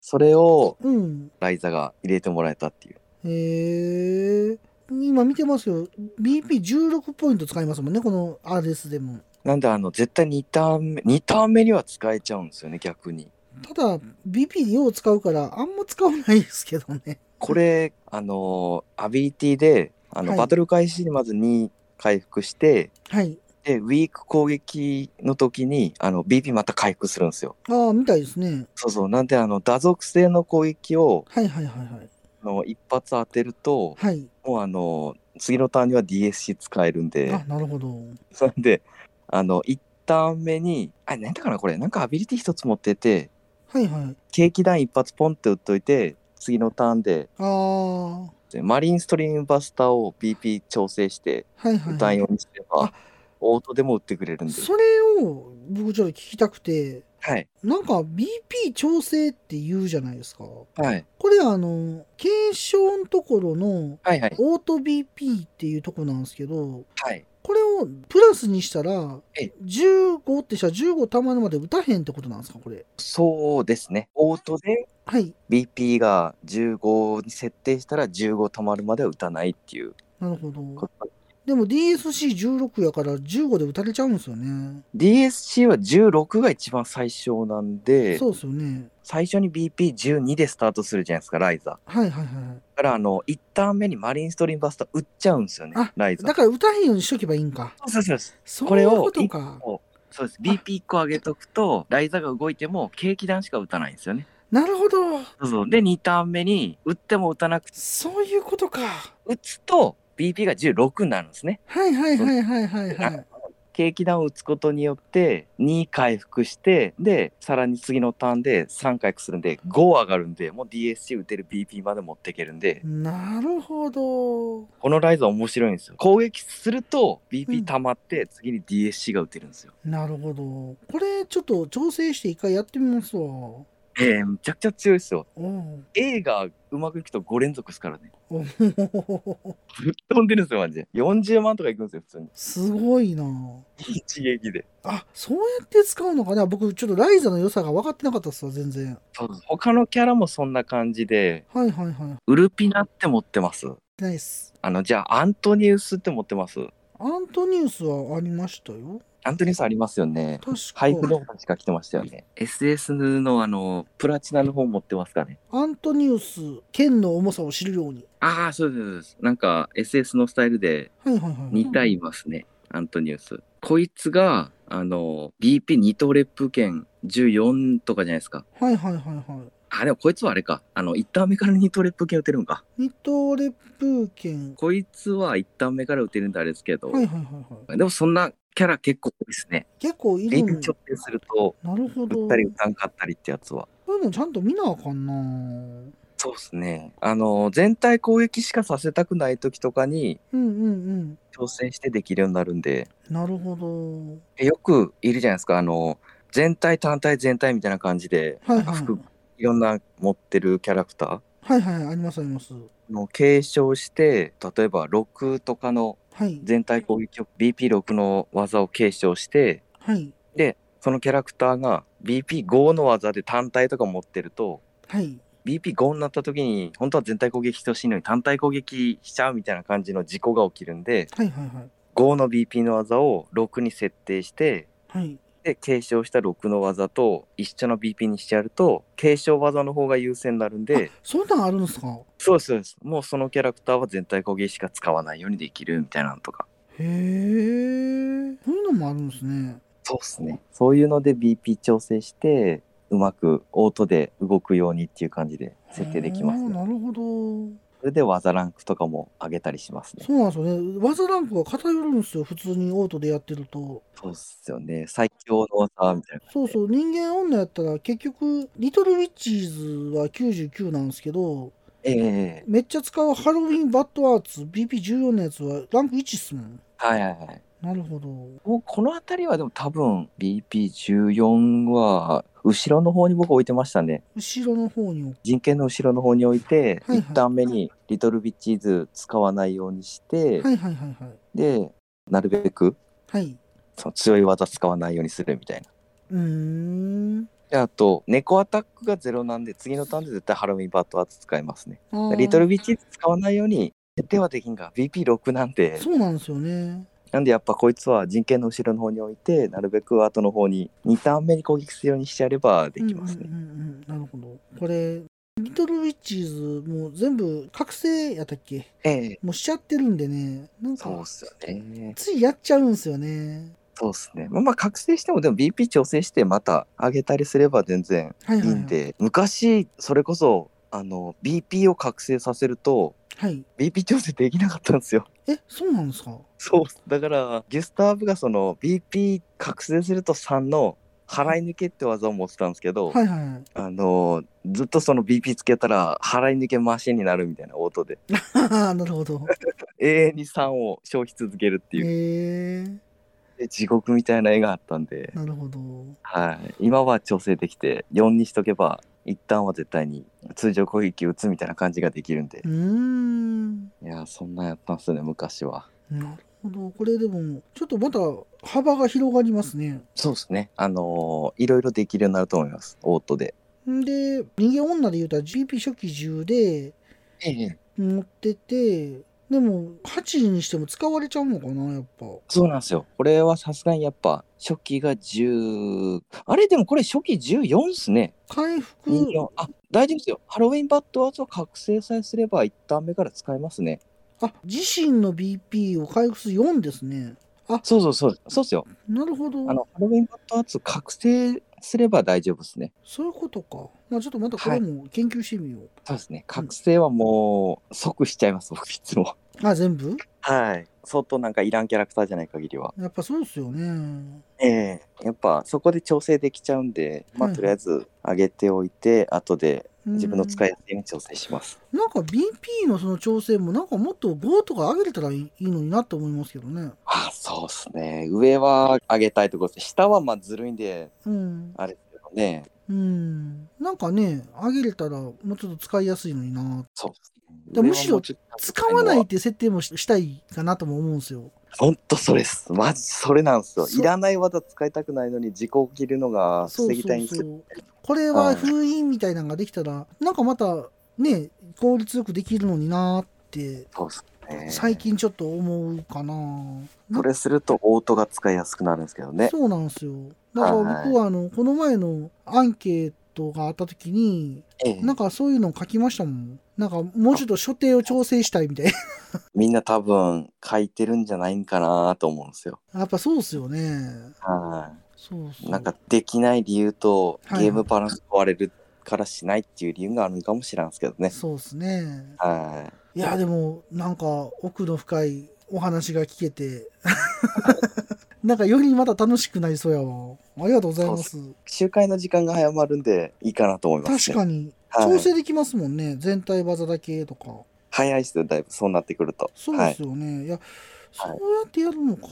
B: それを
A: うん。
B: ライザが入れてもらえたっていう。
A: えー、今見てますよ。BP16 ポイント使いますもんね、この RS でも。
B: なんであの絶対2ターン目、2ターン目には使えちゃうんですよね、逆に。
A: ただ、BP を使うから、あんま使わないですけどね。
B: これ、あのーアビリティで、あの、
A: はい
B: バトル開始にまず2回復して、
A: はい。
B: で、ウィーク攻撃の時に、あの、BP また回復するんですよ。
A: ああ、みたいですね。
B: そうそう。なんで、あの、打属性の攻撃を、
A: はいはいはいはい。
B: あの一発当てると、
A: はい。
B: もうあの、次のターンには DSC 使えるんで
A: あ、、なるほ ど。
B: なんで、あの、1ターン目に、あ、なんだかな、これ、なんかアビリティ一つ持ってて、
A: はいはい。
B: 景気弾一発ポンって打っといて、次のターンで、
A: ああ、は
B: でマリンストリームバスターを BP 調整して、
A: いはい、
B: 弾
A: は
B: 用にすれば、
A: あ
B: オートでも打ってくれるん
A: い。
B: で。
A: それを、僕ちょっと聞きたくて、
B: はい。
A: なんか BP 調整って言うじゃないですか。こ
B: はい。
A: れあの、検証のところの、
B: はいはい。
A: オート BP っていうとこなんですけど、
B: はい。
A: これをプラスにしたら
B: ええ、
A: 15ってしたら15たまるまで打たへんってことなんですか、これ。
B: そうですね。オートで
A: はい。
B: BP が15に設定したら15溜まるまでは打たないっていう
A: なるほど。
B: こと
A: でも DSC16 やから15で打たれちゃうんですよね。
B: DSC は16が一番最小なんで
A: そうですよね。
B: 最初に BP12 でスタートするじゃないですかライザーだ
A: はいはいはい。
B: からあの1ターン目にマリンストリームバスター打っちゃうんですよね
A: あ
B: ライザ
A: だ
B: ー
A: から打たへんようにしとけばいいんか。
B: そうそうそう
A: そ
B: こ
A: うい
B: れ
A: う
B: を
A: ことか。
B: そうです BP1 個上げとくとライザーが動いても軽気弾しか打たないんですよね
A: なるほど。
B: そうそうで2ターン目に打っても打たなくて
A: そういうことか。
B: 打つと BP が16になるんですね
A: はいはいはいはいはいはい。
B: 軽気弾を打つことによって2回復してでさらに次のターンで3回復するんで5上がるんでもう DSC 打てる BP まで持っていけるんで
A: なるほど。
B: このライザー面白いんですよ攻撃すると
A: うん
B: BP 溜まって次に DSC が打てるんですよ、
A: なるほど。これちょっと調整して一回やってみますわ。お
B: ええめちゃくちゃ強いですよ
A: う
B: A がうまくいくと5連続ですからね
A: お
B: ぶっ飛んでるんですよマジで40万とかいくんですよ普通に
A: すごいな。
B: 一撃で
A: あそうやって使うのかな僕ちょっとライザの良さが分かってなかったっすわ全然。
B: そうです他のキャラもそんな感じで
A: はいはいはい。
B: ウルピナって持ってます
A: ナイス。
B: あのじゃあアントニウスって持ってます
A: アントニウスはありましたよ。
B: アントニウスありますよね
A: 確か
B: 配布の方しか来てましたよね。SS のあの、プラチナの方持ってますかね。
A: アントニウス、剣の重さを知るように。
B: ああ、そうですそうです。なんか SS のスタイルで
A: はいはいはい。
B: 2体いますね、アントニウス。こいつが、あの、BP2 等レップ券14とかじゃないですか。
A: はいはいはいは
B: あ、でもこいつはあれか。あの、1ターン目から2等レップ券打てるんか。
A: い。二刀レプー剣。
B: こいつは1ターン目から打てるんであれですけど、
A: はいはいはいはい。
B: でもそんなキャラ結構多いですね。
A: 結構いる
B: 臨
A: ん
B: ちょってすると、
A: なるほど。
B: 打ったり打たんかったりってやつは。
A: そういうのちゃんと見なあかんな。
B: そうですね。あの、全体攻撃しかさせたくない時とかに
A: うんうん
B: 挑戦してできるようになるんで、
A: うん。なるほど。
B: でよくいるじゃないですか、あの、全体単体全体みたいな感じで、
A: はい
B: なん
A: は
B: か
A: い
B: 服。いろんな持ってるキャラクタ
A: はいはい、ありますあります。
B: ーの継承して、例えば6とかの
A: はい。
B: 全体攻撃を BP6 の技を継承して、
A: はい。
B: で、そのキャラクターが BP5 の技で単体とか持ってると、
A: はい。
B: BP5 になった時に本当は全体攻撃してほしいのに単体攻撃しちゃうみたいな感じの事故が起きるんで
A: はいはいはい。
B: 5の BP の技を6に設定して
A: はい。
B: で継承した6の技と一緒の BP にしてやると継承技の方が優先になるんで
A: あそんなんあるんですか
B: そうですそうですもうそのキャラクターは全体攻撃しか使わないようにできるみたいなのとか
A: へえ。そういうのもあるんですね。
B: そうですねそういうので BP 調整してうまくオートで動くようにっていう感じで設定できます、
A: あー
B: ね、
A: なるほど。
B: それで技ランクとかも上げたりしますね
A: そうなんですよね。技ランクが偏るんですよ。普通にオートでやってると。
B: そうっすよね。最強の技みたいな。
A: そうそう。人間女やったら結局、リトルウィッチーズは99なんですけど、
B: ええ
A: めっちゃ使うハロウィンバッドアーツ BP14 のやつはランク1っすもん。
B: はいはいはい。
A: なるほど。
B: もうこの辺りはでも多分 BP14 は後ろの方に僕置いてましたね。
A: 後ろの方に置く。
B: 人権の後ろの方に置いて、
A: はいはい
B: 一旦目にリトルビッチーズ使わないようにして、
A: はいはいはいはい。
B: で、なるべく
A: はい。
B: その強い技使わないようにするみたいな。
A: うーん。
B: であと、猫アタックが0なんで、次のターンで絶対ハロウィンバットアーツ使いますね。
A: あー
B: リトルビッチーズ使わないように設定はできんが、BP6 なんで。
A: そうなんですよね。
B: なんでやっぱこいつは人権の後ろの方に置いてなるべく後の方に2ターン目に攻撃するようにしてやればできますね。
A: うんうんうんうん、なるほど。これ、リトルウィッチーズもう全部覚醒やったっけ
B: ええ
A: もうしちゃってるんでね。なん
B: そうっ
A: か、
B: すよね。
A: ついやっちゃうんすよね。
B: そうっすね。まあ、まあ覚醒してもでも BP 調整してまた上げたりすれば全然
A: はい
B: い
A: はいい、
B: んで、昔それこそあの BP を覚醒させると
A: はい。
B: BP 調整できなかったんですよ。
A: え、そうなんですか
B: そうっすだからギュスターブがその BP 覚醒すると3の払い抜けって技を持ってたんですけど、
A: はいはいはい。
B: あのずっとその BP つけたら払い抜けマシンになるみたいなオートで
A: ああ、なる ほど。
B: 永遠に3を消費続けるって
A: へ
B: いう、
A: えー、
B: で地獄みたいな絵があったんで、
A: なるほど。
B: はい、今は調整できて4にしとけば一旦は絶対に通常攻撃打つみたいな感じができるんで
A: う、ーん。
B: いやーそんなんやったんすね昔は
A: なるほど。これでも、ちょっとまた幅が広がりますね。
B: そうですねあのーいろいろできるようになると思いますオートで
A: んで、人間女で言うたら GP 初期10で
B: ええ
A: 持ってて、でも8時にしても使われちゃうのかなやっぱ
B: そうなんですよ。これはさすがにやっぱ初期が10あれでもこれ初期14っすね。
A: 回復
B: 24あ大丈夫ですよ。ハロウィンバッドアーツを覚醒さえすれば一旦目から使えますね。
A: あ自身の BP を回復する4ですね
B: そうそうそうそうっすよ。
A: なるほど
B: あのハロウィンバッドアーツを覚醒すれば大丈夫っすね。
A: そういうことかまあちょっとまたこれも研究してみよう、
B: そうですね。覚醒はもう即しちゃいます僕いつも。
A: あ全部
B: はい。相当なんかいらんキャラクターじゃない限りは。
A: やっぱそうっすよね
B: ええやっぱそこで調整できちゃうんで、まあ、
A: はい
B: とりあえず上げておいて、後で自分の使い
A: い
B: やすいように調整します。
A: なんか BP のその調整もなんかもっと5とか上げれたらいいいいのになって思いますけどね
B: あそうっすね。上は上げたいところです。下はまあずるいんで、
A: うん
B: あれですけどね。
A: うんなんかね上げれたらもうちょっと使いやすいのにな
B: そうっすね。
A: でむしろ使わないっ
B: い。
A: ていう設定もししたいかなとも思うんですよ
B: ほんとそれっす。マジそれなんですよ。
A: そう
B: いらない技使いたくないのに自己を切るのが
A: そ
B: 防
A: う
B: ぎた
A: そ
B: いんで
A: う
B: すけ
A: そ
B: ど。
A: うこれは封印みたいなのができたらなんかまたね効率よくできるのになーって
B: そうっすね。
A: 最近ちょっと思うかな、
B: それするとオートが使いやすくなるんですけどね。
A: そうなんですよだから僕はあのこの前のアンケートがあった時に
B: ええ
A: なんかそういうのを書きましたもんなんかもうちょっと所定を調整したいみたい
B: みんな多分書いてるんじゃないんかなと思うんですよ。
A: なやっぱそうっすよね
B: はい。
A: そうそう
B: なんかできない理由と
A: はい
B: ゲームバランス壊れるからしないっていう理由があるのかもしれんすけどね。
A: そうっすね
B: はい
A: やでもなんか奥の深いお話が聞 けてなんかよりまた楽しくなりそうやわありがとうございます
B: い。周回の時間が早まるんでいいかなと思います、
A: 確
B: ね。
A: かに
B: は
A: 調
B: い、
A: 整できますもんね、全体技だけとか
B: 早いっすよ、だいぶそうなってくると。
A: そう
B: は
A: で
B: い。
A: すよね、い、やそう
B: はい
A: やってやるのか、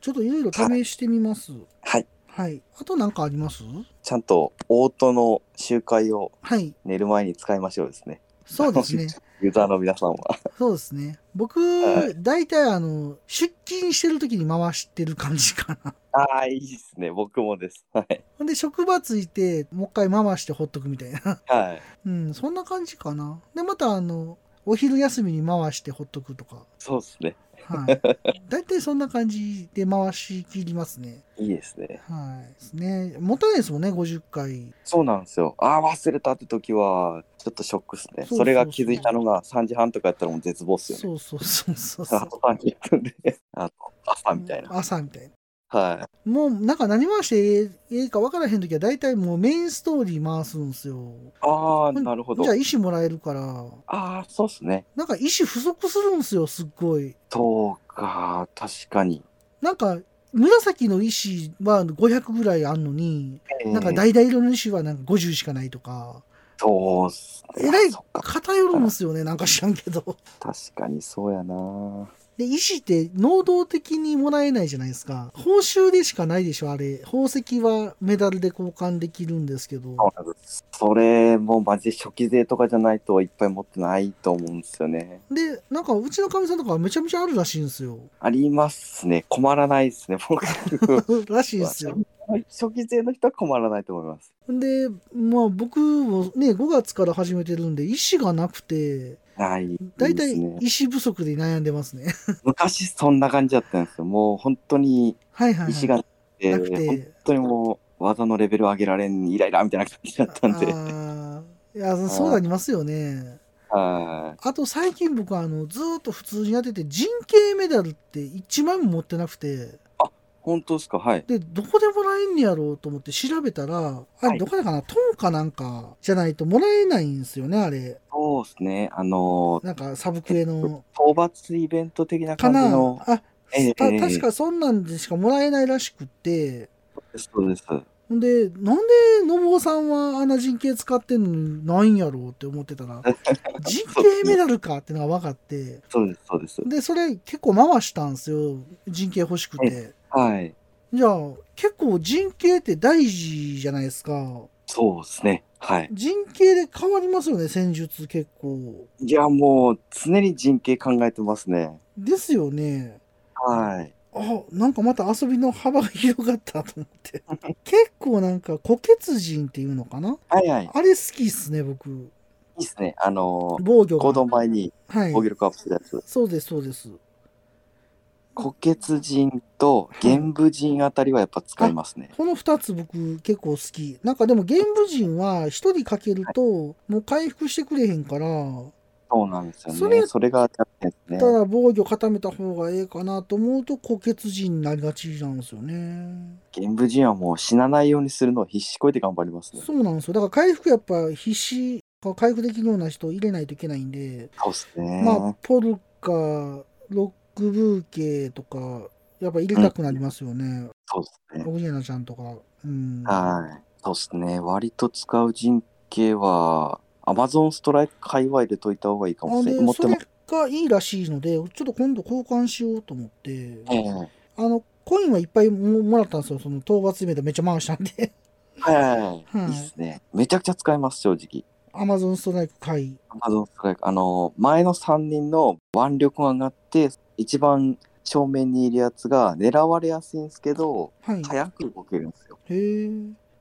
A: ちょっといろいろ試してみます
B: はい。
A: はいあと何かあります
B: ちゃんとオートの周回を
A: はい
B: 寝る前に使いましょうですね。
A: そうで すね
B: ユーザーの皆さんは。
A: そうですね僕、
B: は
A: 大体あの出勤してる時に回してる感じかな
B: ああ、いいっすね。僕もです。はい。
A: ほんで職場ついてもう一回回してほっとくみたいな
B: はい。
A: うん、そんな感じかな。で、また、あの、お昼休みに回して ほっとくとか。
B: そうっすね。
A: はい。大体そんな感じで回し切りますね。
B: いいですね。
A: はい。ですね。持たないですもんね、50回。
B: そうなんですよ。ああ、忘れたって時は、ちょっとショックっすね。
A: そうそうそう
B: それが気づいたのが3時半とかやったらもう絶望っすよね。
A: そうそうそうそうそ
B: あ
A: う。
B: と3時分で、あの、朝みたいな。
A: 朝みたいな。
B: は
A: もう、なんか何回してええええか分からへんときは、大体もうメインストーリー回すんですよ。
B: い。ああ、なるほど
A: じゃ。あ、石もらえるから、
B: ああ、そうっすね。
A: なんか石不足するんですよ、すっごい。
B: そうか、確かに。
A: なんか、紫の石は500ぐらいあんのに、
B: えー
A: なんか橙色の石はなんか50しかないとか、
B: そうっすね。
A: えらい
B: そっか、
A: 偏るんですよね、なんか知らんけど。
B: 確かにそうやな。
A: で、石って能動的にもらえないじゃないですか。報酬でしかないでしょ、あれ。宝石はメダルで交換できるんですけど。
B: そうなんですそれもマジで初期税とかじゃないといっぱい持ってないと思うんですよね。
A: で、なんかうちのかみさんとかはめちゃめちゃあるらしいんですよ。
B: ありますね。困らないですね、僕。
A: らしいんですよ。
B: 初期税の人は困らないと思います。
A: で、まあ僕もね、5月から始めてるんで、石がなくて、
B: はい。
A: だ
B: で
A: いたい
B: すね、
A: 石不足で悩んでますね。
B: 昔そんな感じだったんですよ。もう本当に
A: はいはい、はい。
B: 石がなくて、
A: なくて
B: 本当にもう技のレベル上げられん、イライラみたいな感じだった んで、
A: あーいや、そうなりますよね。
B: は
A: あと最近僕はあのずーっと普通にやってて人形メダルって1枚も持ってなくて
B: い。本当ですか、はい。
A: でどこでもらえんねやろうと思って調べたらあ
B: は
A: れ
B: い
A: どこだかな、トンかなんかじゃないともらえないんですよねあれ
B: そうですね、あのー、
A: なんかサブクエの
B: 討伐イベント的な
A: か
B: 感
A: な
B: じの、
A: あ、
B: ええ
A: た
B: ええ
A: 確かそんなんでしかもらえないらしくって
B: そうです。
A: ほんでなんでのぼうさんはあんな人形使ってんのにないんやろうって思ってたら人形メダルかってのが分かって
B: そうです、そうです。
A: でそれ結構回したんですよ人形欲しくて。
B: はい。
A: じゃあ、結構人形って大事じゃないですか。
B: そうですね、はい。
A: 人形で変わりますよね、戦術結構。
B: いや、もう、常に陣形考えてますね。
A: ですよね。
B: はい。
A: あ、なんかまた遊びの幅が広がったと思 って。結構なんか、虎血人っていうのかな
B: はいはい。
A: あれ好きっすね、僕。
B: いっすね。あのー、
A: 防
B: 行
A: 御が。
B: 動前に
A: はい
B: 防。御力アップするやつ。
A: そうです、そうです。
B: 虎血人と玄武人あたりはやっぱ使いますね。
A: この2つ僕結構好き。なんかでも玄武人は1人かけるともう回復してくれへんから、
B: そうなんですよね。
A: そ
B: そ
A: れ
B: れがキャプテンです
A: た
B: ね。
A: だ防御固めた方がええかなと思うと虎血人になりがちなんですよね。
B: 玄武人はもう死なないようにするのを必死こいて頑張りますね。
A: そうなんですよ。だから回復やっぱ必死、回復できるような人を入れないといけないんで、
B: そうです
A: まあ
B: ね。
A: ポルカ、ロックブーケとか、やっぱ入れたくなりますよね。
B: そうですね。
A: オリエナちゃんとか。うん。
B: はい。そうですね。割と使う人系は、アマゾンストライク界隈で解いた方がいいか
A: あ
B: もしれない。持
A: で
B: っ
A: そ
B: て
A: れ
B: ま
A: がいいらしいので、ちょっと今度交換しようと思って、
B: ええ
A: あの、コインはいっぱいももらったんですよ。その討伐イベントめっちゃ回したんで。
B: はいはいはい
A: は
B: はいい。いいっすね。めちゃくちゃ使います、正直。
A: アマゾンストライク回。
B: アマゾンストライク。あの、前の3人の腕力が上がって、一番正面にいるやつが狙われやすいんですけど、
A: はい。
B: 早く動けるんですよ。
A: へえ。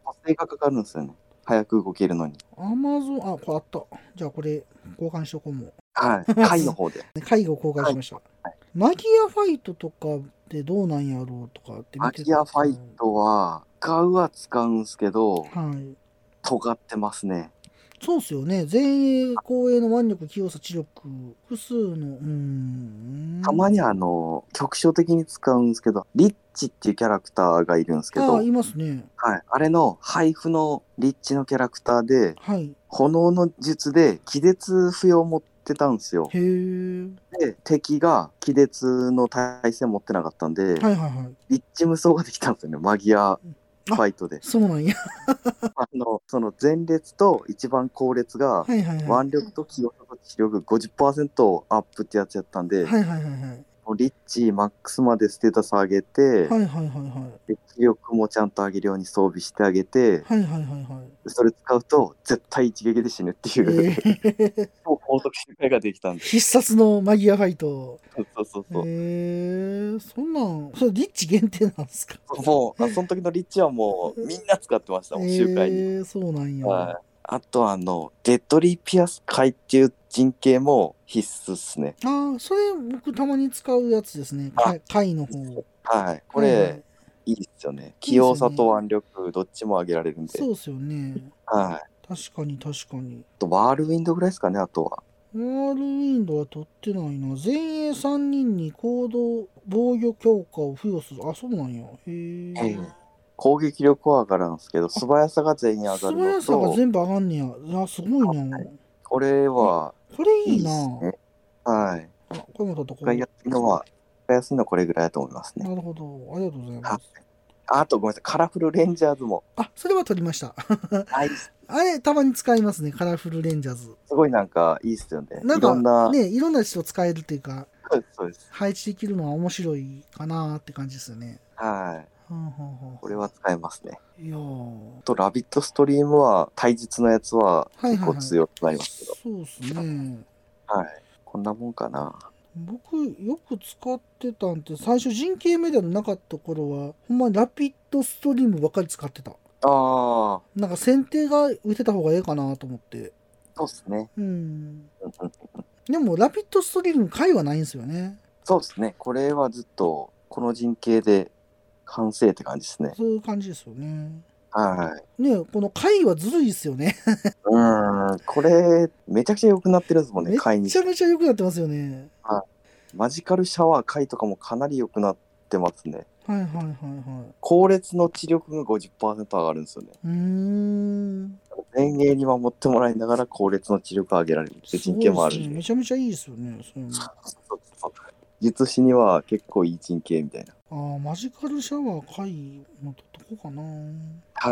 B: 補正がかかるんですよね。早く動けるのに。
A: アマゾン、あ、これあった。じゃあこれ交換しとこうもう。
B: はい。回の方で。
A: 会議を公開しました、マギアファイトとかってどうなんやろうとかって
B: マ
A: 見て
B: ギアファイトは、使うは使うんですけど、
A: はい
B: 尖ってますね。
A: そうっすよね前衛後衛の腕力器用さ知力複数のうーん
B: たまにあの、局所的に使うんですけど、リッチっていうキャラクターがいるんですけど、
A: あ
B: はい
A: い。ますね
B: あれの配布のリッチのキャラクターで、
A: はい
B: 炎の術で気絶不要を持ってたんですよ。
A: へえ
B: で、敵が気絶の耐性持ってなかったんで、
A: はいはいはい
B: リッチ無双ができたんですよね、マギアファイトで。
A: そう なんや
B: あの、その前列と一番後列が、
A: はいはいはい
B: 腕力と気力と知力50%アップってやつやったんで、
A: はいはいはいはい
B: もうリッチマックスまでステータス上げて、
A: はいはいはいはい
B: で気力もちゃんと上げるように装備してあげて、
A: はいはいは いはい
B: それ使うと絶対一撃で死ぬってい
A: え
B: う、
A: ー
B: 超高速周回ができたんで、
A: 必殺のマギアファイト。
B: そうそう
A: へえ
B: そう。
A: そんなん、それリッチ限定なんですか
B: もうあその時のリッチはもうみんな使ってましたもん、集会に。
A: えー、そうなんや。
B: はいあとあの、デッドリーピアス会っていう人形も必須っすね。
A: ああ、それ僕たまに使うやつですね。
B: あ
A: 貝貝の方。
B: はい。こ
A: はいは
B: れ
A: い、
B: いいっすよね。器用さと腕力、どっちも上げられるんで。
A: そうですよね。
B: はい。
A: 確かに確かに。
B: あと、ワールウィンドぐらいですかね、あとは。
A: ワールウィンドは取ってないな。前衛3人に行動防御強化を付与する。あ、そうなんや。へ
B: は
A: え
B: い。攻撃力は上がらんすけど、素早さが全員上が
A: 素
B: る
A: 早
B: の
A: さが
B: と、
A: 全部上がんねや。いや、すごいな。
B: これは
A: これい
B: い
A: い
B: いで
A: な。
B: すね。はい。
A: あ、これも取っとこう。
B: 使いやすいのは、使いやすいのはこれぐらいだと思いますね。
A: なるほど。ありがとうございます。
B: あと、ごめんなさい。カラフルレンジャーズも。
A: あ、それは取りました。
B: はい。す
A: あれ、たまに使いますね。カラフルレンジャーズ。
B: ごいなんか、いいっすよね。
A: ない
B: ろん
A: んか、
B: な、
A: ね、いろんな人を使えるっていうか、
B: そうですそうです。
A: 配置できるのは面白いかなーって感じですよね。
B: はい。
A: はあはあはあ
B: これは使えますね。
A: いやー
B: あと、ラビットストリームは、対実のやつは
A: はいはいはい
B: 結構強くなりますけど、
A: そうですね。
B: こんなもんかな。
A: 僕よく使ってたんて最初人形メディアのなかった頃はほんまにラピッドストリームばっかり使ってた
B: ああ、
A: なんか選定が打てた方がええかなと思って
B: そうっすね。
A: うん
B: うんうん
A: でもラピッドストリーム回はないんですよね
B: そうですね。これはずっと、この陣形で完成って感じですね。
A: そういう感じですよね
B: はい。
A: ねえこの回はずるいですよね
B: うーん、これ、めちゃくちゃ良くなってるんですもんね、
A: め
B: 会
A: っ
B: に
A: ち。ゃめちゃ良くなってますよね
B: マジカルシャワー会とかもかなり良くなってますね。
A: はいはいはいはい
B: 後列の知力が50%上がるんですよね。
A: うーん
B: 前衛に守ってもらいながら後列の知力を上げられるっていう陣形もある
A: すごいっすね
B: ん
A: め
B: で。
A: ちゃめちゃいいですよねそういうの
B: そうそうそう術師には結構いい陣形みたいな。
A: あーマジカルシャワー回も取っとこうか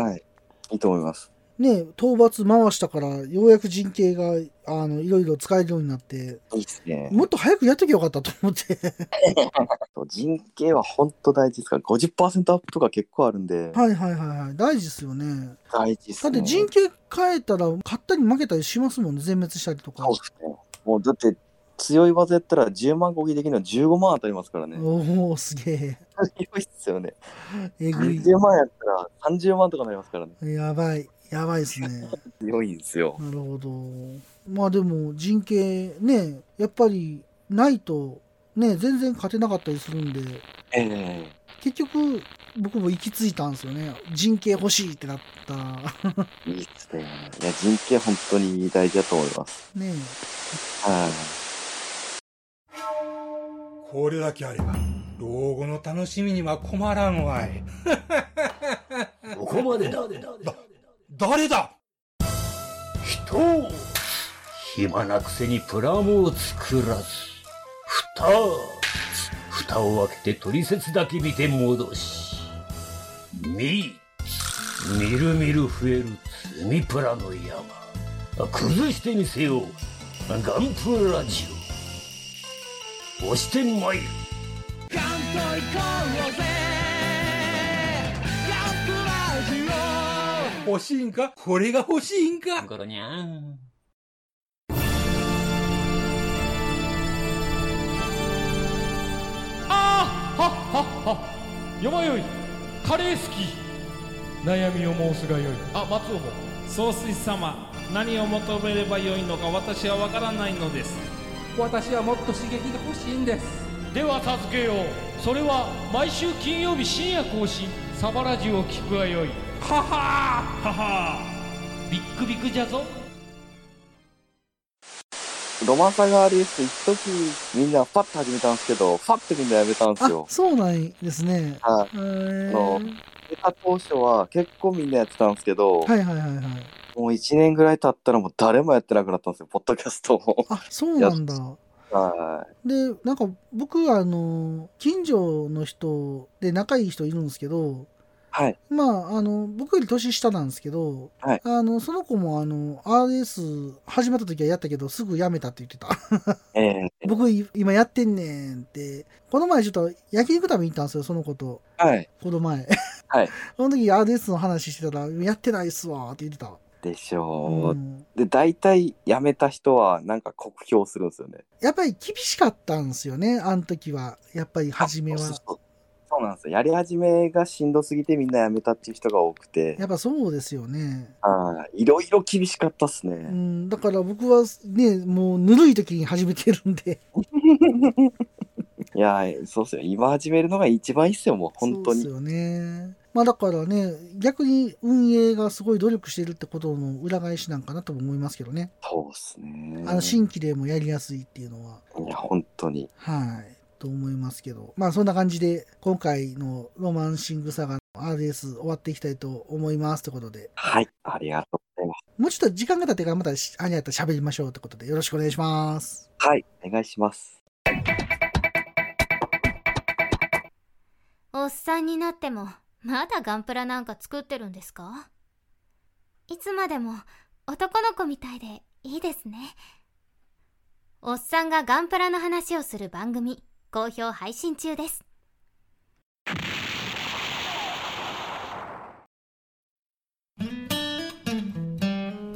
A: な
B: はい。いいと思います。
A: ね討伐回したからようやく陣形があのいろいろ使えるようになって
B: いいですね。
A: もっと早くやっときゃよかったと思って
B: 陣形は本当大事ですから、50%アップとか結構あるんで、
A: はいはい はいはい大事ですよね
B: 大事です
A: だっ
B: ね。
A: て陣形変えたら勝ったり負けたりしますもんね全滅したりとか
B: そうですね。もうだって強い技やったら10万攻撃できるのは15万当たりますからね。
A: おおすげえ
B: 強いっすよね。
A: えぐい
B: 20万やったら30万とかなりますからね。
A: やばいやばいですね。
B: 強いんですよ。
A: なるほど。まあでも人形ね、やっぱりないとね、全然勝てなかったりするんで、
B: ええ
A: 結局僕も行き着いたんですよね。人形欲しいってなった。
B: いいっすね。いや、人形本当に大事だと思います。
A: ね
B: はい。
C: これだけあれば、老後の楽しみには困らんわい。
D: ここまでだ
C: 誰だ
D: 人を暇なくせにプラモを作らず蓋を蓋を開けて取説だけ見て戻し見みるみる増える積みプラの山崩してみせようガンプラジオ押してまいる
C: 欲しいんかこれが欲しいんか
D: ゴロニャン
E: あーはっはっはよまよいカレー好き悩みを申すがよいあ松尾も
F: 総帥様何を求めればよいのか私は分からないのです私はもっと刺激が欲しいんです
E: では助けようそれは毎週金曜日深夜更新サバラジを聞くがよいははははビックビックじゃぞ
B: ロマサガーレース、一時みんなパッと始めたんですけど、パッとみんなやめたんで
A: あ
B: す、よ。
A: そうなんですね。
B: はい。
A: えー
B: そう出た当初は結構みんなやってたんですけど、
A: はいはいはいはい。
B: もう1年ぐらい経ったらもう誰もやってなくなったんですよ、ポッドキャスト も。
A: あ、そうなんだ。
B: は
A: で、なんか僕、あの、近所の人で仲いい人いるんですけど、
B: はい。
A: まあ、あの、僕より年下なんですけど、
B: はい
A: あの、その子も、あの、RS 始まった時はやったけど、すぐやめたって言ってた。
B: い。ええ
A: 僕、い今やってんねんって。この前ちょっと焼肉食べに行ったんですよ、その子と。
B: はい。
A: この前。
B: はい。
A: その時 RS の話してたら、やってないっすわーって言ってた。
B: でしょう。
A: うん
B: で、大体やめた人はなんか酷評するんですよね。
A: やっぱり厳しかったんですよね、あの時は。やっぱり初めは。
B: そうそうそうそうなんですよ。やり始めがしんどすぎてみんなやめたっていう人が多くて
A: や、っぱそうですよね。
B: はい。いろいろ厳しかったっす
A: う
B: ね。
A: ん、だから僕はね、もうぬるい時に始めてるんで。
B: いやー、そうっすよ。今始めるのが一番いいっすよ、もう 本当に
A: そ。うですよね。まあだからね、逆に運営がすごい努力してるってことの裏返しなんかなとも思いますけどね。
B: そうっすね。
A: あの新規でもやりやすいっていうのは。
B: いや、本当に。
A: はい。と思いますけど。まあそんな感じで、今回のロマンシングサガの RS 終わっていきたいと思いますってことで。
B: はい。ありがとうございます。
A: もうちょっと時間が経ってからまたしあれやったら喋りましょうってことでよろしくお願いします。
B: はい。お願いします。
G: おっさんになってもまだガンプラなんか作ってるんですかいつまでも男の子みたいでいいですねおっさんがガンプラの話をする番組好評配信中です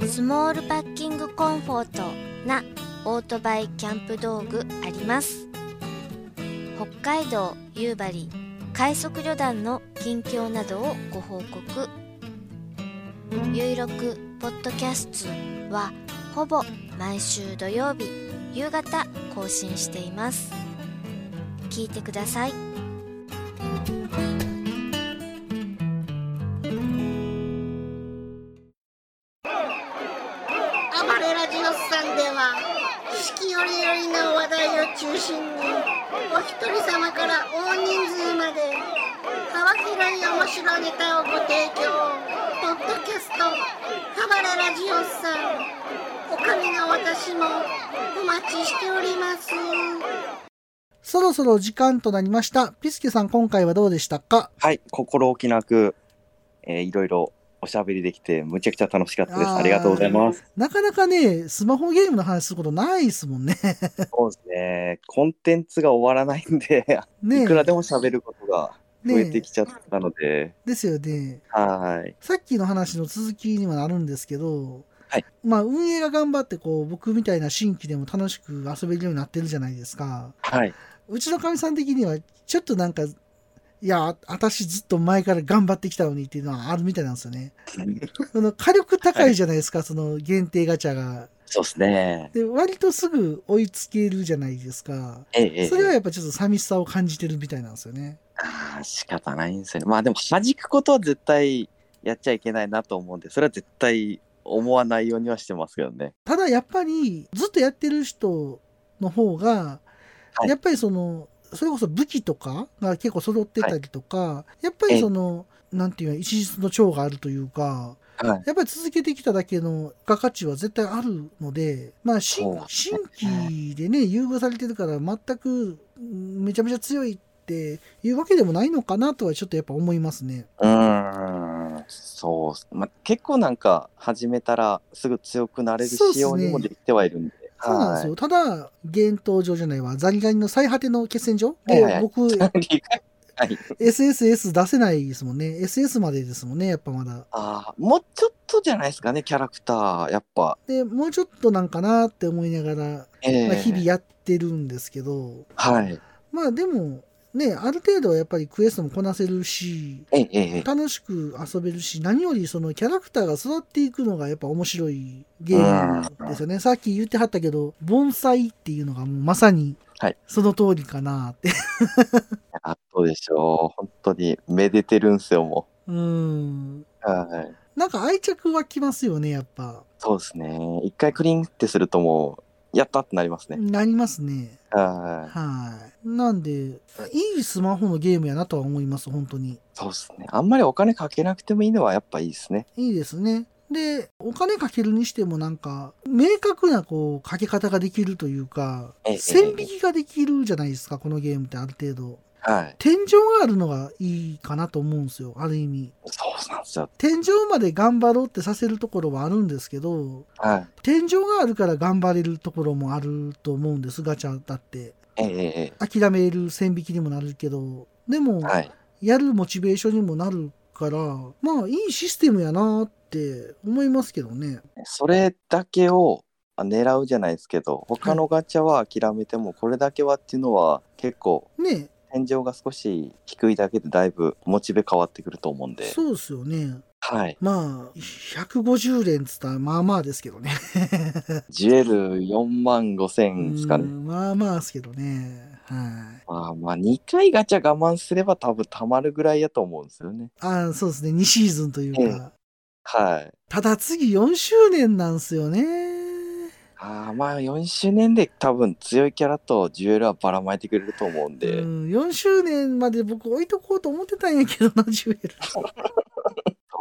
H: スモールパッキングコンフォートなオートバイキャンプ道具あります北海道夕張快速旅団の近況などをご報告有力ポッドキャストはほぼ毎週土曜日夕方更新しています聞いてください
I: 暴れラジオスさんでは四季折々の話題を中心にお一人様から大人数まで幅広い面白いネタをご提供ポッドキャスト「暴れラジオスさん」おかみの私もお待ちしております。
A: そろそろ時間となりました。ピスケさん今回はどうでしたか
B: はい。心置きなく、えーいろいろおしゃべりできて、むちゃくちゃ楽しかったです。
A: あー
B: ありがとうございます。
A: なかなかね、スマホゲームの話することないですも んね。
B: そうですね。コンテンツが終わらないんで、
A: ね
B: いくらでも喋ることが増えて
A: ね
B: きちゃったので、
A: ですよね。
B: はい。
A: さっきの話の続きにはなるんですけど、
B: はい
A: まあ運営が頑張ってこう僕みたいな新規でも楽しく遊べるようになってるじゃないですか。
B: はい。
A: うちのかみさん的にはちょっとなんかいや、私ずっと前から頑張ってきたのにっていうのはあるみたいなんです よね。その火力高いじゃないですか、その限定ガチャが。
B: そうですね。
A: で、割とすぐ追いつけるじゃないですか。
B: ええええ
A: それはやっぱちょっと寂しさを感じてるみたいなんですよね。
B: ああ、仕方ないんですよね。まあでも、弾くことは絶対やっちゃいけないなと思うんで、それは絶対思わないようにはしてますけどね。
A: ただやっぱりずっとやってる人の方が、
B: はい
A: やっぱりそのそれこそ武器とかが結構揃ってたりとか、やっぱりそのなんていうの一律の長があるというか、
B: はい
A: やっぱり続けてきただけの付加価値は絶対あるのでまあ新
B: そう
A: 新規でね優遇されてるから全くうんめちゃめちゃ強いっていうわけでもないのかなとはちょっとやっぱ思いますね。
B: うーん、そうっす、まあ、結構なんか始めたらすぐ強くなれる
A: そうっす
B: 仕
A: ね
B: 様にもできてはいるんで。
A: そうなんですよ。ただ、幻冬場じゃないわ、ザリガニの最果ての決戦場
B: はいはい
A: で、僕、
B: はい。はい、
A: SSS 出せないですもんね。SS までですもんね、やっぱまだ。
B: ああ、もうちょっとじゃないですかね、キャラクター、やっぱ。
A: で、もうちょっとなんかなって思いながら、
B: ええ
A: まあ、日々やってるんですけど、
B: はい。
A: まあでも、ね、ある程度はやっぱりクエストもこなせるし、
B: えええええ
A: 楽しく遊べるし、何よりそのキャラクターが育っていくのがやっぱ面白いゲームですよね。さっき言ってはったけど、盆栽っていうのがもうまさに
B: はい
A: その通りかなって。
B: えあそうでしょう。本当に、めでてるんすよ、も
A: うん。
B: う。はい。
A: なんか愛着はきますよね、やっぱ。
B: そうですね。一回クリンってするともう、やったってなりますね。
A: なりますね。
B: はい。
A: はい。なんで、いいスマホのゲームやなとは思います、本当に。
B: そうですね。あんまりお金かけなくてもいいのはやっぱいいですね。
A: いいですね。で、お金かけるにしてもなんか、明確なこう、かけ方ができるというか
B: え、え
A: 線引きができるじゃないですか、このゲームってある程度。
B: はい。
A: 天井があるのがいいかなと思うんですよ、ある意味。
B: そうなんですよ。
A: 天井まで頑張ろうってさせるところはあるんですけど、
B: はい。
A: 天井があるから頑張れるところもあると思うんです、ガチャだって。
B: えええええ
A: 諦める線引きにもなるけど、でも
B: え、はい。
A: やるモチベーションにもなるから、まあいいシステムやなって思いますけどね。
B: それだけをあ狙うじゃないですけど、他のガチャは諦めても、これだけはっていうのは結構、
A: ね
B: 天井が少し低いだけでだいぶモチベ変わってくると思うんで。
A: そうですよね。
B: はい。
A: まあ、150連つったらまあまあですけどね。
B: ジュエル4万5千ですか
A: う
B: ね。
A: んまあまあですけどね。はい。
B: まあまあ、2回ガチャ我慢すれば多分たまるぐらいやと思うんですよね。
A: ああ、そうですね。2シーズンというか。
B: えはい。
A: ただ次4周年なんですよね。
B: ああまあ4周年で多分強いキャラとジュエルはばらまいてくれると思うんで、
A: うん、4周年まで僕置いとこうと思ってたんやけどな、 ジュエル。
B: そう